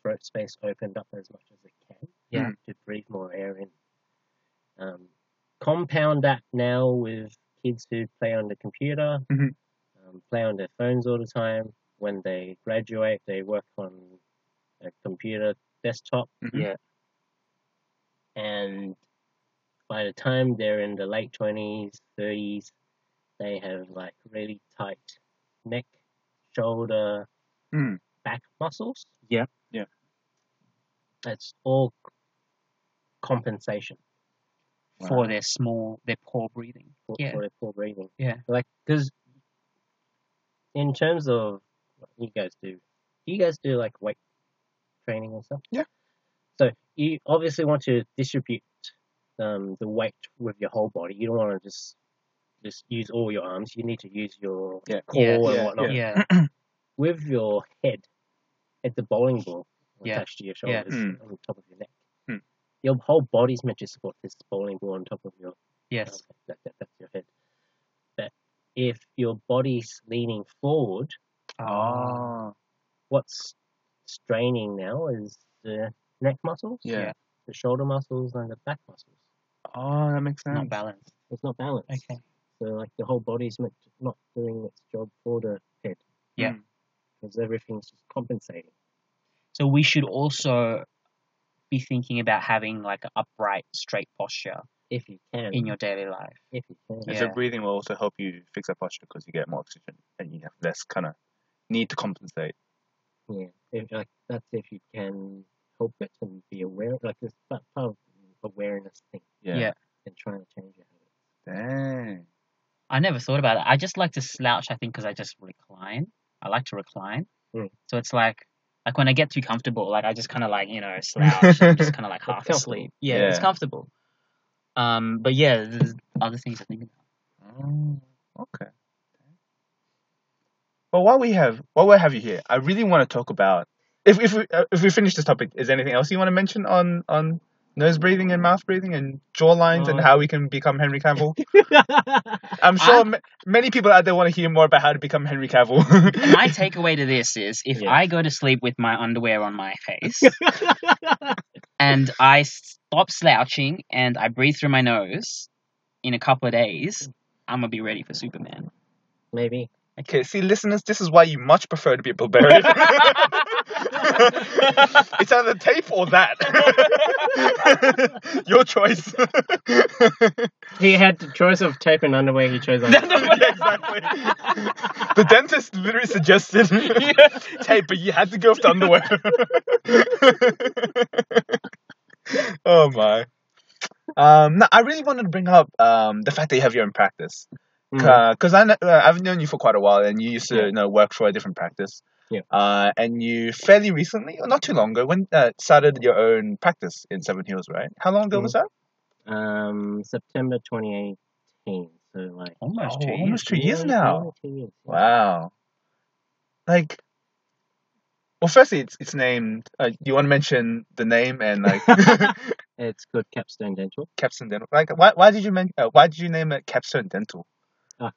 throat space opened up as much as it can. Yeah. To breathe more air in. Um, compound that now with kids who play on the computer, Mhm. um, play on their phones all the time. When they graduate, they work on a computer desktop Mhm. Yeah. and by the time they're in the late twenties, thirties, they have like really tight neck, shoulder, Mm. back muscles. Yeah. Yeah. That's all c- compensation for Wow. their small, their poor breathing. for, Yeah. for their poor breathing. Yeah. Like, because in terms of what you guys do, do you guys do like weight training and stuff? Yeah. So you obviously want to distribute um, the weight with your whole body. You don't want to just just use all your arms. You need to use your Yeah. core Yeah. and Yeah, whatnot. Yeah. yeah. [LAUGHS] With your head, at the bowling ball Yeah. attached to your Yeah. shoulders Mm. on top of your neck. Mm. Your whole body's meant to support this bowling ball on top of your Yes. Okay, that, that, that's your head. But if your body's leaning forward, Ah. Oh. what's straining now is the neck muscles, Yeah. Yeah. the shoulder muscles, and the back muscles. Oh, that makes sense. not balanced. It's not balanced. Okay. So, like, the whole body's meant to not doing its job for the head. Yeah. Mm. Because everything's just compensating. So we should also be thinking about having like an upright, straight posture If you can. in your daily life. if you can. And so Yeah. breathing will also help you fix that posture because you get more oxygen and you have less kind of need to compensate. Yeah, if, like that's if you can help it and be aware, like it's part part of the awareness thing Yeah. Yeah. and trying to change your habits. Dang. I never thought about it. I just like to slouch, I think, because I just recline. I like to recline. Mm. So it's like, like when I get too comfortable, like I just kind of like, you know, slouch and just kind of like It's half asleep. Yeah, it's Yeah. comfortable. Um, but yeah, there's other things I think about. Oh, okay. But while we have while we have you here, I really want to talk about if if we, uh, if we finish this topic, is there anything else you want to mention on on nose breathing and mouth breathing and jaw lines and Uh, how we can become Henry Cavill? I'm I- sure ma- many people out there want to hear more about how to become Henry Cavill. [LAUGHS] My takeaway to this is if Yeah. I go to sleep with my underwear on my face [LAUGHS] and I stop slouching and I breathe through my nose in a couple of days, I'm going to be ready for Superman. [LAUGHS] Maybe. Okay, see, listeners, this is why you much prefer to be a [LAUGHS] barbarian. [LAUGHS] it's either tape or that. [LAUGHS] Your choice. He had the choice of tape and underwear. He chose underwear. yeah, [LAUGHS] exactly. The dentist literally suggested tape, but you had to go with the underwear. [LAUGHS] oh my. Um, no, I really wanted to bring up um, the fact that you have your own practice. Mm. because I know, uh, I've known you for quite a while, and you used to Yeah. you know work for a different practice. Yeah. Uh, and you fairly recently, or not too long ago, when uh, started your own practice in Seven Hills, right? How long ago was that? Um, September 2018. So like Almost Oh, two years. almost two years nearly, now. nearly two years. yeah. Wow. Like, well, firstly, it's it's named. Uh, you want to mention the name and like [LAUGHS] It's good capstone dental. [LAUGHS] Capstone Dental. Like, why why did you men- uh, Why did you name it Capstone Dental? Oh.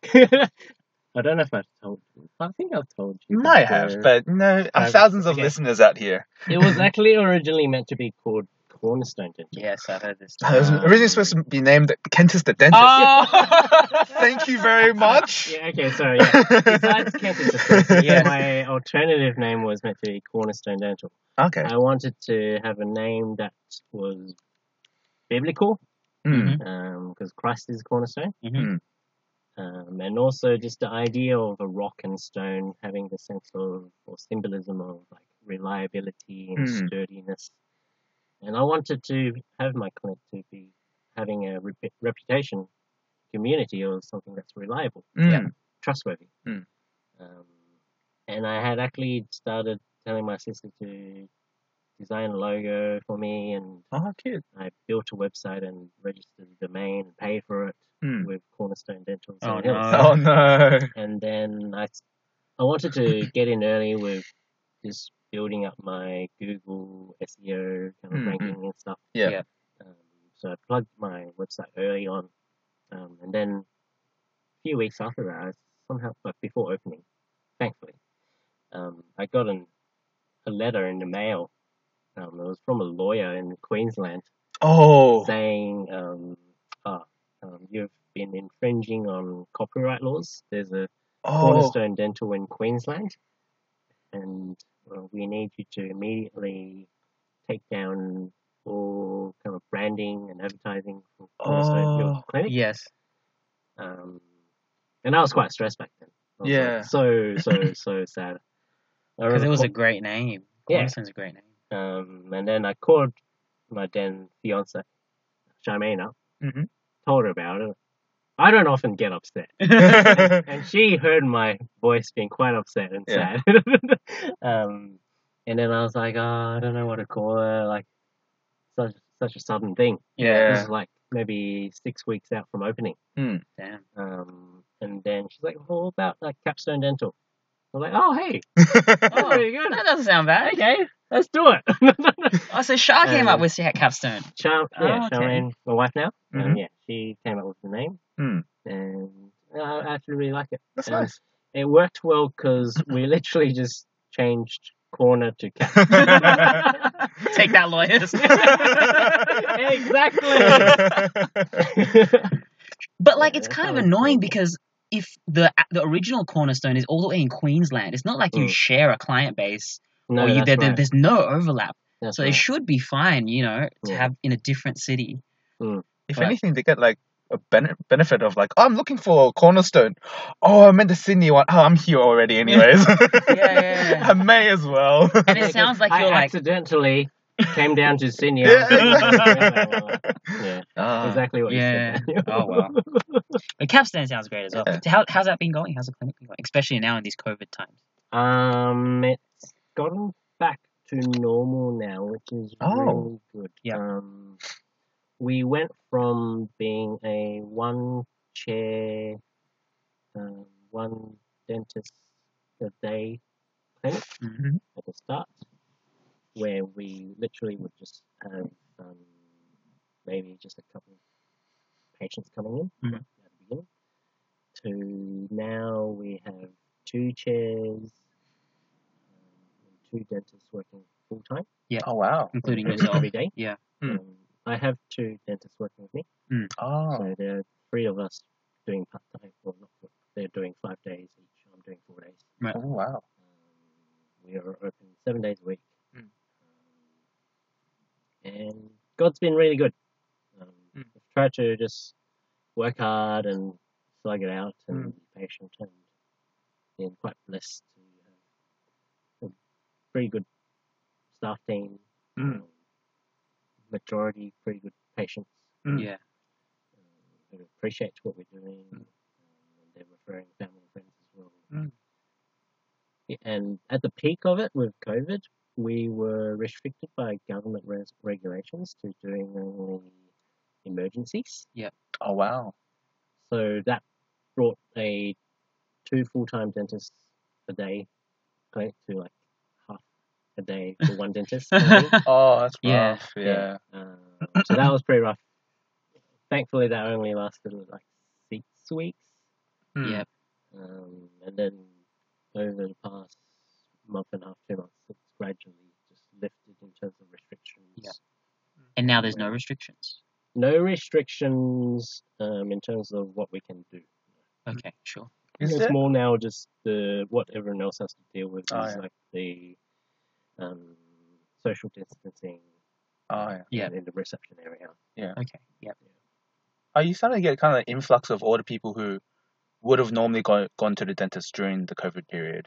I don't know if I've told you. I think I've told you. You might have, before. but no, I've- thousands of okay. listeners out here. It was actually originally meant to be called Cornerstone Dental. Yes, I heard this. It was originally supposed to be named Kentis the [LAUGHS] Dentist. Oh! Thank you very much. Yeah, okay, sorry, yeah. Besides [LAUGHS] Canton Society, Yeah. my alternative name was meant to be Cornerstone Dental. Okay. Um, I wanted to have a name that was biblical, Mm. Mhm. because Christ is cornerstone, Mhm. um, and also just the idea of a rock and stone having the sense of, or symbolism of, like, reliability and Mm. sturdiness. And I wanted to have my clinic to be having a repu- reputation, community, or something that's reliable. Yeah. Mm. trustworthy. Hmm. Mm. Um, and I had actually started telling my sister to design a logo for me, and Oh, cute. I built a website and registered the domain and paid for it Mm. with Cornerstone Dental. in Hmm. Oh, Seven no. Hills. Oh no. And then I, s- I wanted [LAUGHS] to get in early with just building up my Google SEO kind Hmm, of Mm, mm. ranking and stuff. Yeah. Yeah. Um, so I plugged my website early on, um, and then a few weeks after that, I somehow, like before opening, thankfully, um, I got an, a letter in the mail. Um, it was from a lawyer in Queensland Oh. saying, um, ah, um, you've been infringing on copyright laws. There's a Oh. [LAUGHS] Cornerstone Dental in Queensland, and well, we need you to immediately take down all kind of branding and advertising for Cornerstone your Oh. clinic. Yes. Um, and I was quite stressed back then. I was Yeah. like so, so, so sad. I Because remember it was ca- a great name. Yeah. Cornerstone's a great name. Um, and then I called my then fiance, Charmaine, up Mhm. told her about it. I don't often get upset, and she heard my voice being quite upset and Yeah. sad. [LAUGHS] um, and then I was like, oh, I don't know what to call her. Like, such such a sudden thing. This yeah. Hmm. is like maybe six weeks out from opening. Damn. Um, and then she's like, well, what about like capstone dental? I was like, oh, hey, oh, Oh, there you [LAUGHS] go. that doesn't sound bad. Okay, let's do it. [LAUGHS] Oh, so Shah came up Um, with Shat Capstone. Char- yeah, Oh, okay. Charmaine, my wife now. Um, Mhm. yeah, she came up with the name, Hmm. and uh, I actually really like it. That's Um, nice. It worked well because we literally just changed corner to cat. [LAUGHS] [LAUGHS] Take that, lawyers. exactly. [LAUGHS] But like, Yeah, it's that kind of sounds annoying terrible. because if the the original cornerstone is all the way in Queensland, it's not like you Mm. share a client base no, or Oh, you that's there, there- right. there's no overlap. That's So right. it should be fine, you know, to Yeah. have in a different city. if Right. anything, they get like a bene- benefit of like, oh, I'm looking for a cornerstone. Oh, I meant the Sydney one. Oh, I'm here already, anyways. yeah, yeah. [LAUGHS] I may as well. [LAUGHS] And it Yeah, 'cause sounds like I you're like, accidentally came down to Sydney. I [LAUGHS] was yeah. like, [LAUGHS] yeah, Ah. exactly what yeah. you said. Oh wow. But Capstone sounds great as well. Yeah. So how, how's that been going? How's the clinic been going? Especially now in these COVID times. Um, it's gotten back to normal now, which is Oh. really good. Yeah. Um, we went from being a one chair, um, one dentist a day clinic Mhm. at the start, where we literally would just have um, maybe just a couple of patients coming in Mhm. at the beginning, to now we have two chairs, um, and two dentists working full time. Oh wow. [CLEARS THROAT] Including every, [COUGHS] yourself. every day. Yeah. Hmm. Um, I have two dentists working with me, Oh. so there are three of us doing part time. Well, not full- they're doing five days each. I'm doing four days. Oh wow. Um, we are open seven days a week, Mm. um, and God's been really good. Um, Mm. I've tried to just work hard and slug it out and Mm. be patient, and been quite blessed to have a pretty good staff team. Mm. um, majority pretty good patients Mm. Yeah. um, who appreciate what we're doing. Mm. Um, and they're referring family and friends as well. Mm. Yeah, And at the peak of it with COVID, we were restricted by government res- regulations to doing only emergencies. Oh wow. So that brought a two full time dentists a day clinic to like half a day for one dentist. maybe. Oh, that's [LAUGHS] Yeah. rough. Yeah. Um, so that was pretty rough. Thankfully, that only lasted like six weeks. Hmm. yeah. Um, and then over the past month and a half, two months, it's gradually just lifted in terms of restrictions. Yeah. And now there's no restrictions. No restrictions um, in terms of what we can do. Okay, sure. Is it's there? more now just the what everyone else has to deal with Oh, is yeah. like the um, social distancing Oh yeah. Yeah. in, in the reception area. Okay. Yeah. Are you starting to get kind of an influx of all the people who would have normally gone gone to the dentist during the COVID period,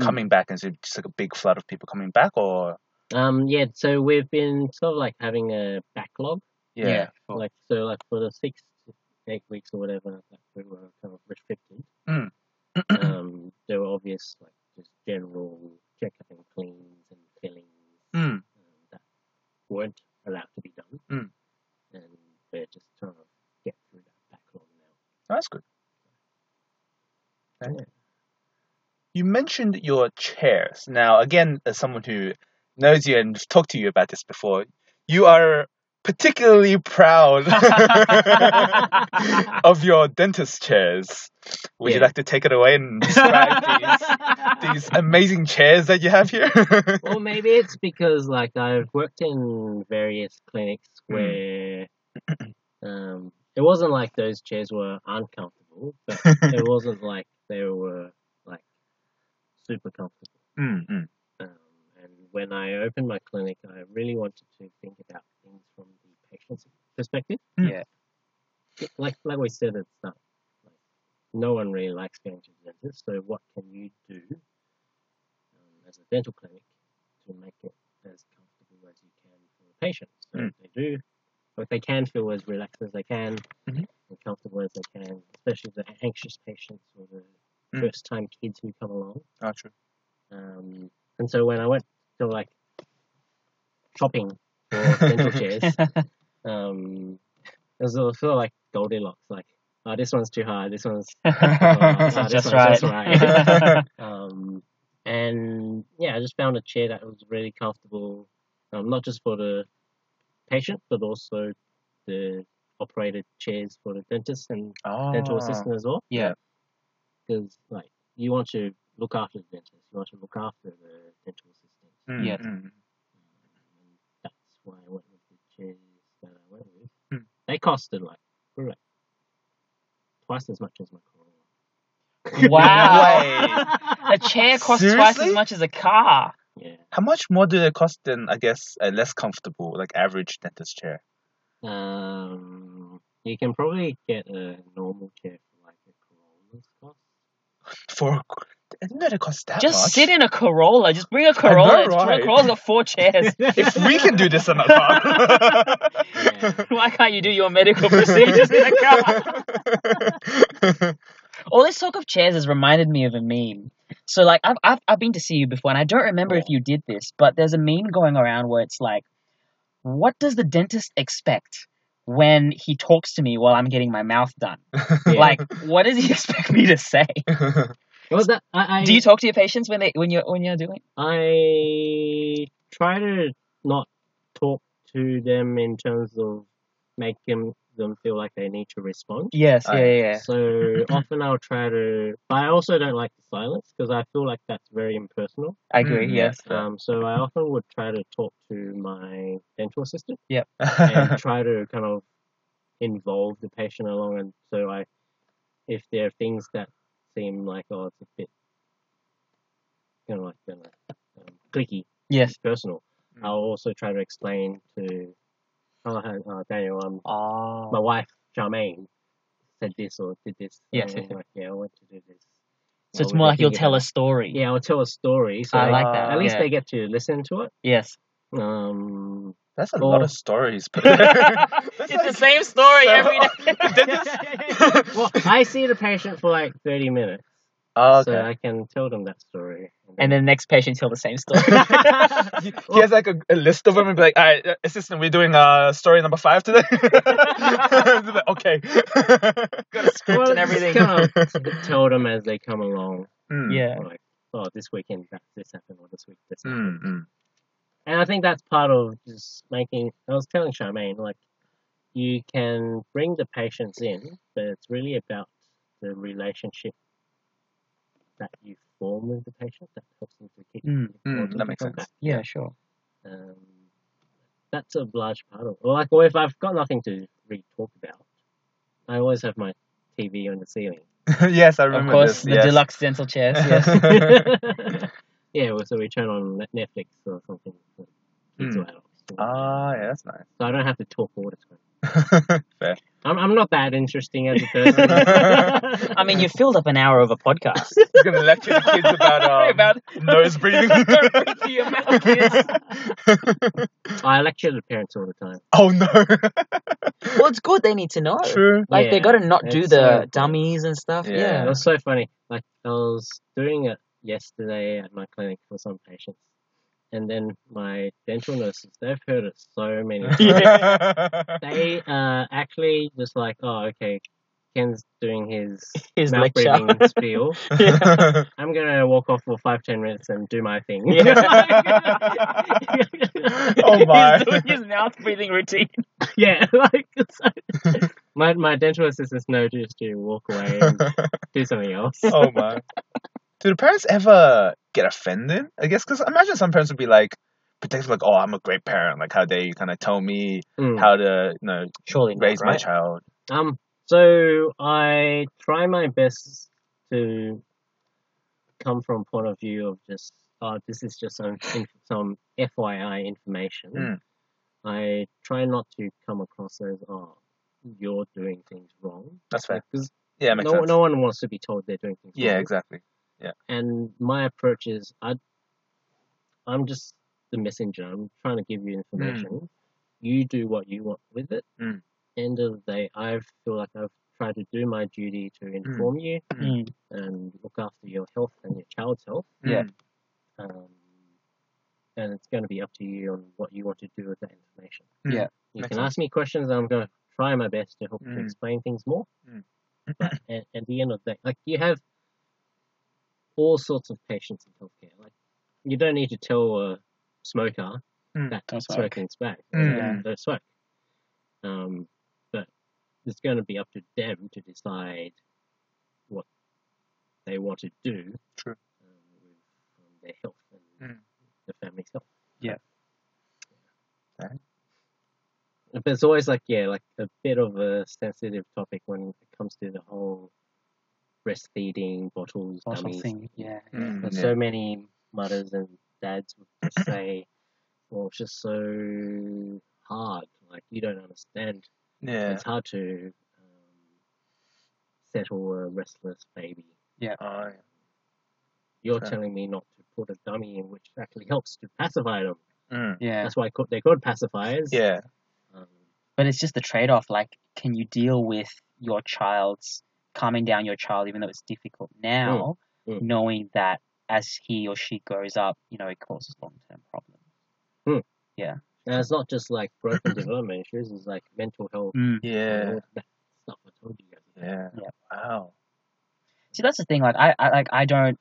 Mm. coming back, and so just like a big flood of people coming back, or Um, yeah, so we've been sort of like having a backlog, Yeah. yeah, sure. [LAUGHS] like so like for the six, to eight weeks or whatever that we were kind of restricted. Mm. Um, there were obvious like just general checkup and cleans and fillings Mm. um, that weren't allowed to be done, Mm. and we're just trying to get through that backlog now. that's good. Okay. Yeah. You mentioned your chairs. Now, again, as someone who knows you and talked to you about this before, you are particularly [LAUGHS] proud [LAUGHS] of your dentist chairs. Would you Yeah. like to take it away and describe [LAUGHS] these, [LAUGHS] these amazing chairs that you have here? [LAUGHS] Well, maybe it's because like I've worked in various clinics Hmm. where um, it wasn't like those chairs were uncomfortable, but it wasn't like they were like super comfortable. Mm, mm. Um, and when I opened my clinic, I really wanted to think about things from the patient's perspective. Mm. Yeah. It- Like like we said at the start, like, no one really likes going to the dentist. So what can you do um, as a dental clinic to make it as comfortable as you can for the patient. So Mm. if they do, or if they can feel as relaxed as they can, Mhm. comfortable as they can, especially the anxious patients or the Mm. first time kids who come along. Oh, true. Um, and so when I went to like shopping for dental [LAUGHS] chairs, um, it was all sort of like Goldilocks, like, oh, this one's too high, this [LAUGHS] one's That's Ah, not this just one's right. just [LAUGHS] right. Um, and yeah, I just found a chair that was really comfortable, um, not just for the patient, but also the operated chairs for the dentist and dental oh. Ah. assistant as well. yeah. Because like you want to look after the dentist, you want to look after the dental assistant. Um, Mm, Yes. mm. And that's why I went with the chairs that I went with. Hmm. They costed like, they were, like twice as much as my Corolla. [LAUGHS] [LAUGHS] Wow. a chair costs twice as Seriously? much as a car. Yeah. How much more do they cost than I guess a less comfortable, like average dentist chair? Um, you can probably get a normal chair for like a Corolla's cost. For I didn't know they cost that just much. sit in a Corolla. Just bring a Corolla. It's- right? Corolla's got four [LAUGHS] chairs. [LAUGHS] if we can do this in [LAUGHS] a car. Yeah. Why can't you do your medical procedures in a car? [LAUGHS] All this talk of chairs has reminded me of a meme. So like I've I've, I've been to see you before, and I don't remember if you did this, but there's a meme going around where it's like, what does the dentist expect when he talks to me while I'm getting my mouth done? Yeah. Like, what does he [LAUGHS] expect me to say? Well, that I I, Do you talk to your patients when they when you are when you're doing? I try to not talk to them in terms of making them feel like they need to respond. Yes. yeah, yeah, So [LAUGHS] often I'll try to, but I also don't like the silence because I feel like that's very impersonal. I agree. Mm, yes. Yeah. [LAUGHS] Um, so I often would try to talk to my dental assistant. [LAUGHS] and yeah. try to kind of involve the patient along. And so I, if there are things that seem like oh, it's a bit kind of like you know, um, clicky, Yes. personal, Mm. I'll also try to explain to oh, hi, uh, Daniel, um, Oh. my wife Charmaine said this or did this. Yes, And yes, I'm like, yeah, I want to do this. So it's Well, more like you'll thinking tell about a story. it. Yeah, I'll tell a story, so I they, like that. at least uh, yeah. they get to listen to it. Yes. Um, That's a Or- lot of stories. [LAUGHS] But it's the same story every day. [LAUGHS] [LAUGHS] well, I see the patient for like thirty minutes. Oh, so uh, [LAUGHS] okay. I can tell them that story. And then the next patient tell the same [LAUGHS] story. [LAUGHS] he, he has like a, a list of them and be like, all right, uh, assistant, we're doing uh, story number five today. [LAUGHS] [LAUGHS] Like, okay. Got a script [LAUGHS] well, and everything. Just [LAUGHS] kind of tell them as they come along, Mm, yeah. like, oh, this weekend that this happened, or this week this happened. mm, mm. And I think that's part of just making. I was telling Charmaine, like, you can bring the patients in, but it's really about the relationship that you form with the patient that helps them to keep Mm, wanting mm, that to makes come sense. back. Yeah, sure. Um, that's a large part of Well, like, well, if I've got nothing to really talk about, I always have my TV on [LAUGHS] the ceiling. [LAUGHS] yes, I Of remember course, this. the yes. deluxe dental [LAUGHS] chairs. Yes. yeah, well, so we turn on Net- Netflix or something for kids Hmm. or adults. Ah, yeah, that's nice. [LAUGHS] So I don't have to talk all the time. Fair. I'm, I'm not that interesting as a person. [LAUGHS] I mean, you filled up an hour of a [LAUGHS] podcast. He's gonna lecture the kids about [LAUGHS] um, Sorry about [LAUGHS] nose breathing. Don't breathe through your mouth, kids. I lecture the parents all the time. [LAUGHS] oh no. [LAUGHS] Well, it's good. They need to know. [LAUGHS] True. Like they Yeah, got to not do it's the so important. dummies and stuff. It Yeah. Yeah. was so funny. Like I was doing it yesterday at my clinic for some patients, and then my dental nurses they've heard it so [LAUGHS] many times. they uh actually just like, oh, okay, Ken's doing his, His mouth lecture. breathing spiel. Yeah. I'm gonna walk off for five ten minutes and do my thing. [LAUGHS] Yeah. [LAUGHS] oh my. He's doing [LAUGHS] [LAUGHS] his mouth breathing [LAUGHS] routine. yeah, [LAUGHS] like it's like- my my dental assistants know just to walk away and do something else. oh my. Do the parents ever get offended? I guess because imagine some parents would be like protective, like, "Oh, I'm a great parent. Like, how dare you kind of tell me Mm. how to, you know, Surely not, raise my right? child?" Um, so I try my best to come from a point of view of just, oh, this is just some in, some FYI information. Mm. I try not to come across as, oh, you're doing things wrong. That's fair. Because Yeah, makes no, sense. no one wants to be told they're doing things Yeah, wrong. exactly. And my approach is, I, I'm just the messenger. I'm trying to give you information. You do what you want with it. Mm. End of the day, I feel like I've try to do my duty to inform you Mm. and look after your health and your child's health. Yeah. Mm, Um, and it's going to be up to you on what you want to do with that information. Mm. Yeah. You Makes can sense. ask me questions, and I'm going to try my best to help Mm. to explain things more. Mm. But at, at the end of the day, like you have all sorts of patients in healthcare. Like you don't need to tell a smoker Mm. that Don't smoke. smoking's bad. or Mm. that Don't smoke. Um, but it's going to be up to them to decide what they want to do True. um, with um, their health and Mm. the family's health. Yeah. Okay. But it's always like, yeah, like a bit of a sensitive topic when it comes to the whole breastfeeding, bottles, Bottle dummies. thing. Yeah. Yeah. Mm, There's yeah. so many mothers and dads would [LAUGHS] just say, well, it's just so hard. Like, you don't understand. Yeah. It's hard to um, settle a restless baby. Oh, You're Sure. telling me not to put a dummy in, which actually helps to pacify them. yeah. Mm. Yeah. That's why co- they're called pacifiers. Yeah. Um, But it's just the trade off. Like, can you deal with your child's calming down your child, even though it's difficult now, mm. knowing that as he or she grows up, you know, it causes long term problems. and it's not just like growth and [COUGHS] development issues, it's like mental health Mm. and Yeah. all that stuff I told you guys about. Yeah. Yeah. Wow. See, that's the thing. Like, I, I like I don't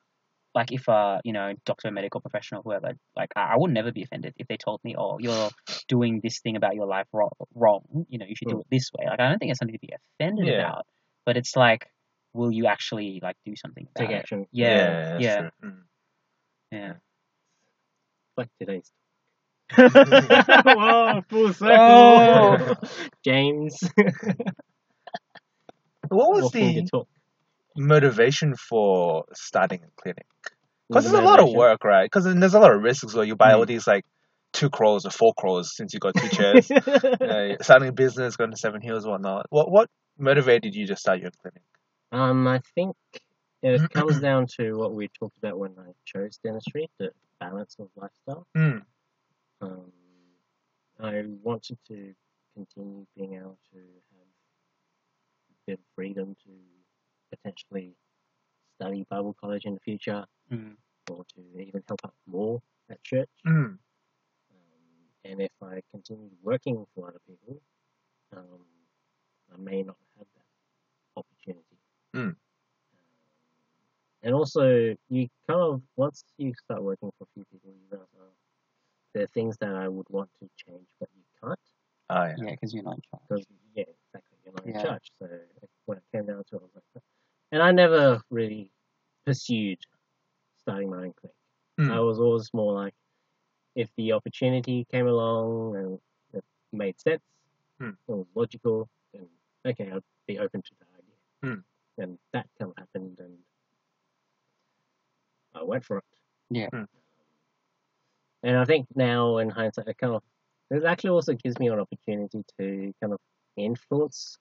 like if uh you know doctor, medical professional, whoever. Like, I, I would never be offended if they told me, oh, you're doing this thing about your life wrong. wrong. You know, you should do Mm. it this way. Like, I don't think it's something to be offended Yeah. about. But it's like, will you actually like do something about Take it? action. Yeah. that's Yeah. true. Mm. Yeah. Like [LAUGHS] today's. Yeah. Whoa, full circle. Oh. [LAUGHS] James. What was Off in your the talk. motivation for starting a clinic? Because The it's a lot of motivation. [LAUGHS] work, right? Because there's a lot of risks where you buy all Mm. these like two crores or four crores since you got two [LAUGHS] chairs. you know, starting a business, going to Seven Hills, whatnot. What what motivated you to start your clinic? um, I think it comes down to what we talked about when I chose dentistry, the balance of lifestyle. Mm. Um, I wanted to continue being able to have a bit of freedom to potentially study Bible college in the future Mm. or to even help out more at church. Mm. Um, and if I continued working for other people, um, I may not have that opportunity. Um, Mm. And also, you kind of, once you start working for a few people, you realize, oh, there are things that I would want to change, but you can't. Oh yeah. Yeah, because you're not in charge. Because, yeah, exactly, you're not in Yeah. charge. So like, when it came down to it, I was like, "Huh." and I never really pursued starting my own clinic. I Mm. was always more like, if the opportunity came along and it made sense Hmm. or was logical, then okay, I'd be open to that idea. Hmm. And that kind of happened, and I went for it. Yeah. Hmm. And I think now, in hindsight, it kind of it actually also gives me an opportunity to kind of influence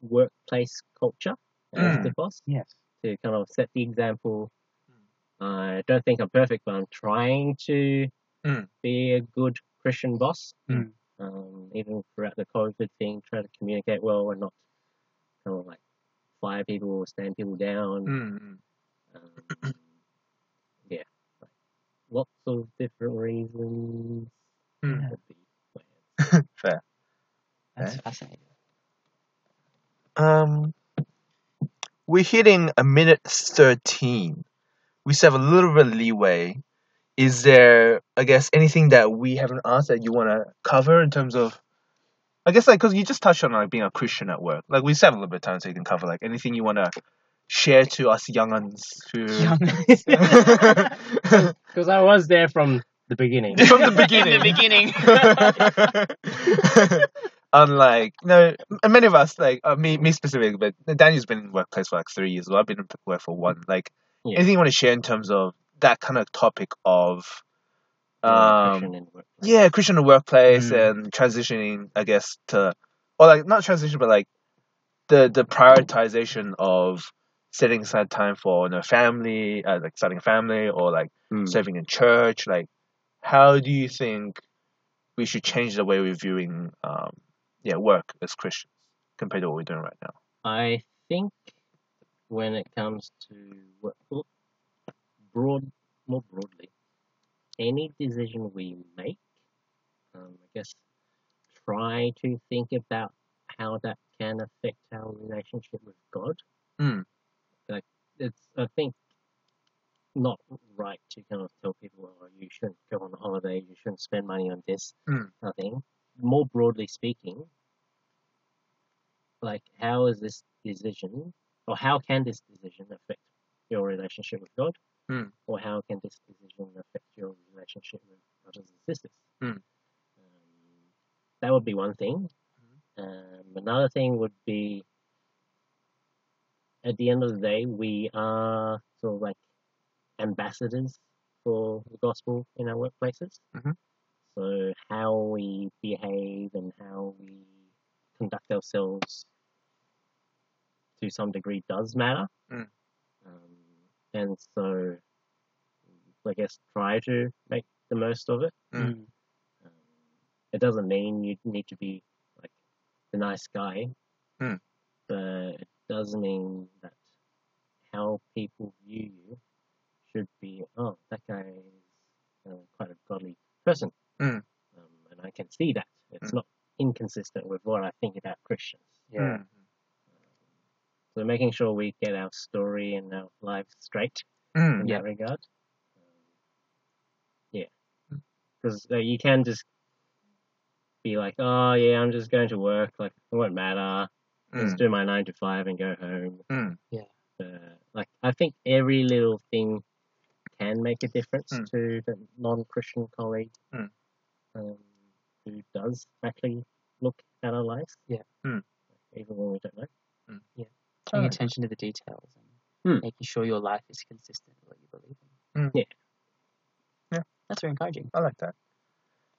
workplace culture as Hmm. the boss Yes. to kind of set the example. I don't think I'm perfect, but I'm trying to Hmm. be a good Christian boss. Mm. um, even throughout the COVID thing, try to communicate well and not kind of like fire people or stand people down. Mm. Mm. Um, yeah, like lots of different reasons. Mm. Yeah. would [LAUGHS] be my answer. Fair. That's Okay. fascinating. Um, we're hitting a minute thirteen. We still have a little bit of leeway. Is there, I guess, anything that we haven't asked that you want to cover in terms of? I guess like because you just touched on like being a Christian at work. Like we still have a little bit of time, so you can cover like anything you want to share to us young uns who [LAUGHS] Young [LAUGHS] Because I was there from the beginning. [LAUGHS] from the the [LAUGHS] beginning. [LAUGHS] beginning. [LAUGHS] Unlike no, m- many of us like uh, me, me specifically, but Daniel's been in the workplace for like three years. Well, I've been in the work for one. Like Yeah. anything you want to share in terms of that kind of topic of being a um Christian in the workplace. yeah, Christian in the workplace Mm. and transitioning, I guess to or like not transition, but like the the prioritization of setting aside time for you know, family, uh, like starting a family or like Mm. serving in church. Like how do you think we should change the way we're viewing um yeah work as Christians compared to what we're doing right now. I think when it comes to what oh, broad, more broadly, any decision we make, um, I guess, try to think about how that can affect our relationship with God. Mm. Like it's, I think, not right to kind of tell people, oh, you shouldn't go on holiday, you shouldn't spend money on this. Mm. I think, more broadly speaking, like how is this decision or how can this decision affect your relationship with God? Mm. Or how can this decision affect your relationship with brothers and sisters? Mm. Um, that would be one thing. Um, another thing would be at the end of the day, we are sort of like ambassadors for the gospel in our workplaces. Mhm. So, how we behave and how we conduct ourselves to some degree does matter. Mm. Um, and so, I guess try to make the most of it. Mm. Mm. Um, it doesn't mean you need to be like the nice guy, Mm. but it does mean that how people view you should be oh that guy is uh, quite a godly person, Mm. um, and I can see that it's Mm. not inconsistent with what I think about Christians. Yeah. Mm. So making sure we get our story and our lives straight Mm. in Yeah. that regard. Um, yeah, Mm. because uh, you can just be like, oh yeah, I'm just going to work. Like it won't matter. Just Mm. do my nine to five and go home. Mm. Uh, like I think every little thing can make a difference Mm. to the non-Christian colleague Mm. um, who does actually look at our lives. Yeah. Mm. Even when we don't know. Paying Alright. attention to the details and Hmm. making sure your life is consistent with what you believe in. Mm. Yeah. Yeah. That's very encouraging. I like that.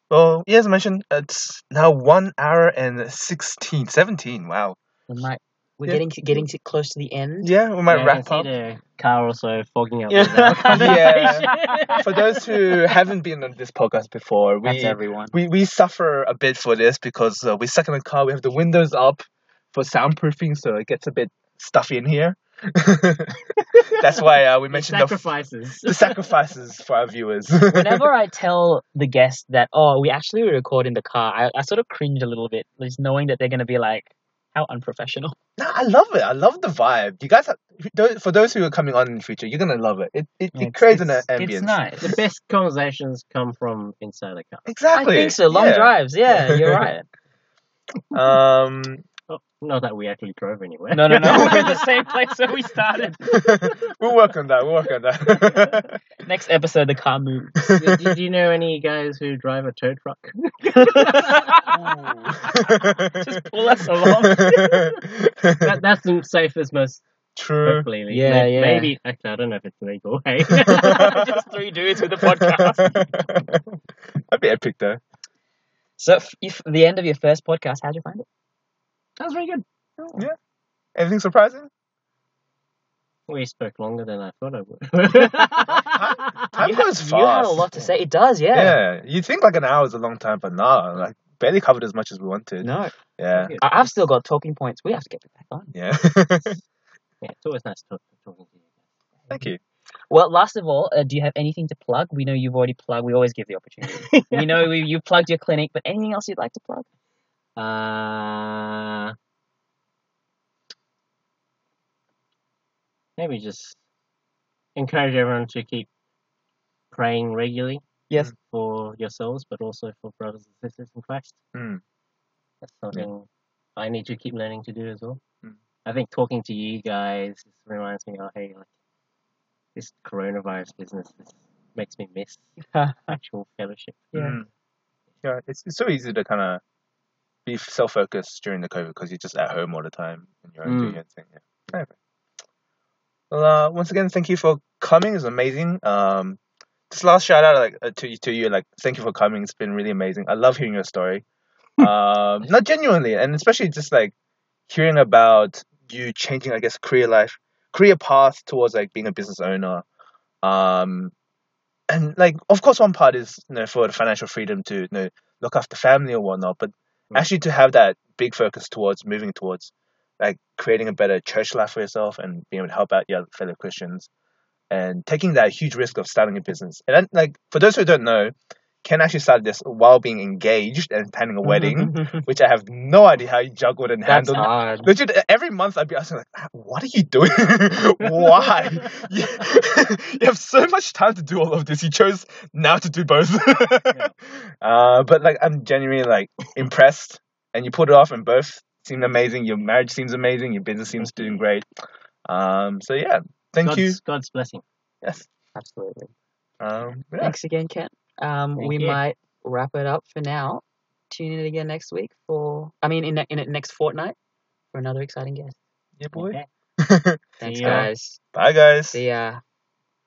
Well, yeah, as I mentioned, it's now one hour and 16, 17. Wow. We might we're Yeah. getting getting to close to the [LAUGHS] [LAUGHS] end. Yeah, we might yeah, I can wrap see up. the car also fogging up Yeah. yeah. with our conversation. For those who haven't been on this podcast [LAUGHS] before, [LAUGHS] That's we everyone. we, we suffer a bit for this because uh, we stuck in a car. We have the windows up for soundproofing, so it gets a bit stuffy in here. [LAUGHS] That's why uh, we The mentioned the, f- sacrifices. the sacrifices [LAUGHS] for our viewers. Whenever I tell the guests that, oh, we actually record in the car, I, I sort of cringe a little bit, just knowing that they're going to be like, how unprofessional. [LAUGHS] No, I love it. I love the vibe. You guys, are, tho- for those who are coming on in the future, you're gonna love it. It it, it It's, creates it's, an ambience. it's nice. the best conversations come from inside the car. I Exactly. think so. Long yeah. drives. Yeah, you're [LAUGHS] right. [LAUGHS] Um. Oh, not that we actually drove anywhere. No, no, no. [LAUGHS] We're in the same place where we started. we'll work on that. We'll work [LAUGHS] on that. Next episode, the car [LAUGHS] [LAUGHS] moves. [LAUGHS] do, do, do you know any guys who drive a tow truck? Just pull us along. [LAUGHS] [LAUGHS] that, that's the safest, most True. hopefully. le- Yeah, yeah. Maybe actually, I don't know if it's legal. Hey, [LAUGHS] [LAUGHS] Just three dudes with a podcast. [LAUGHS] That'd be epic, though. So, f- if the end of your first podcast, how'd you find it? that was really good. Yeah. Anything surprising? We spoke longer than I thought I [LAUGHS] would. Time you, ha- goes fast. you had a lot to say. It does, yeah. Yeah. You think like an hour is a long time, but nah, like barely covered as much as we wanted. No, Uh, Yeah. Good. I- I've still got talking points. We have to get back on. Yeah. [LAUGHS] Yeah, it's always nice talk, talking to you. Thank you. Well, last of all, uh, do you have anything to plug? We know you've already plugged. We always give the [LAUGHS] opportunity. we know we, you plugged your clinic, but anything else you'd like to plug? Uh, maybe just encourage everyone to keep praying regularly Yes. for yourselves, but also for brothers and sisters in Christ. Mm. That's something I need to keep learning to do as well. Mm. I think talking to you guys just reminds me, oh, hey, like this coronavirus business this makes me miss [LAUGHS] actual fellowship. Yeah. Mm. Yeah. It's it's so easy to kind of be self focused during the COVID because you're just at home all the time and you're doing Mm. your own thing. Yeah. Anyway. Well, uh, once again, thank you for coming. It's amazing. Um, just last shout out like uh, to you, to you. Like, thank you for coming. It's been really amazing. I love hearing your story. um, not genuinely, and especially just like hearing about you changing, I guess, career life, career path towards like being a business owner. Um, and like, of course, one part is you know for the financial freedom to you know look after family or whatnot, but Mm. actually to have that big focus towards moving towards like creating a better church life for yourself and being able to help out your fellow Christians and taking that huge risk of starting a business. And then, like for those who don't know, Ken actually started this while being engaged and planning a [LAUGHS] wedding, which I have no idea how he juggled and That's handled. hard. Legit, e, every month I'd be asking like, "Ah, "What are you doing? [LAUGHS] Why? [LAUGHS] you you have so much time to do all of this. You chose now to do both." [LAUGHS] uh, but like, I'm genuinely like impressed, and you pulled it off, and both seemed amazing. Your marriage seems amazing. Your business seems Thank doing great. Um, so yeah, thank God's, you. God's blessing. Yes. Absolutely. Um, yeah. Thanks again, Kent. Um, Thank we you. might wrap it up for now. Tune in again next week for, I mean, in, ne- in next fortnight for another exciting guest. Yeah, boy. Okay. Thanks, ya. guys. Bye, guys. See ya.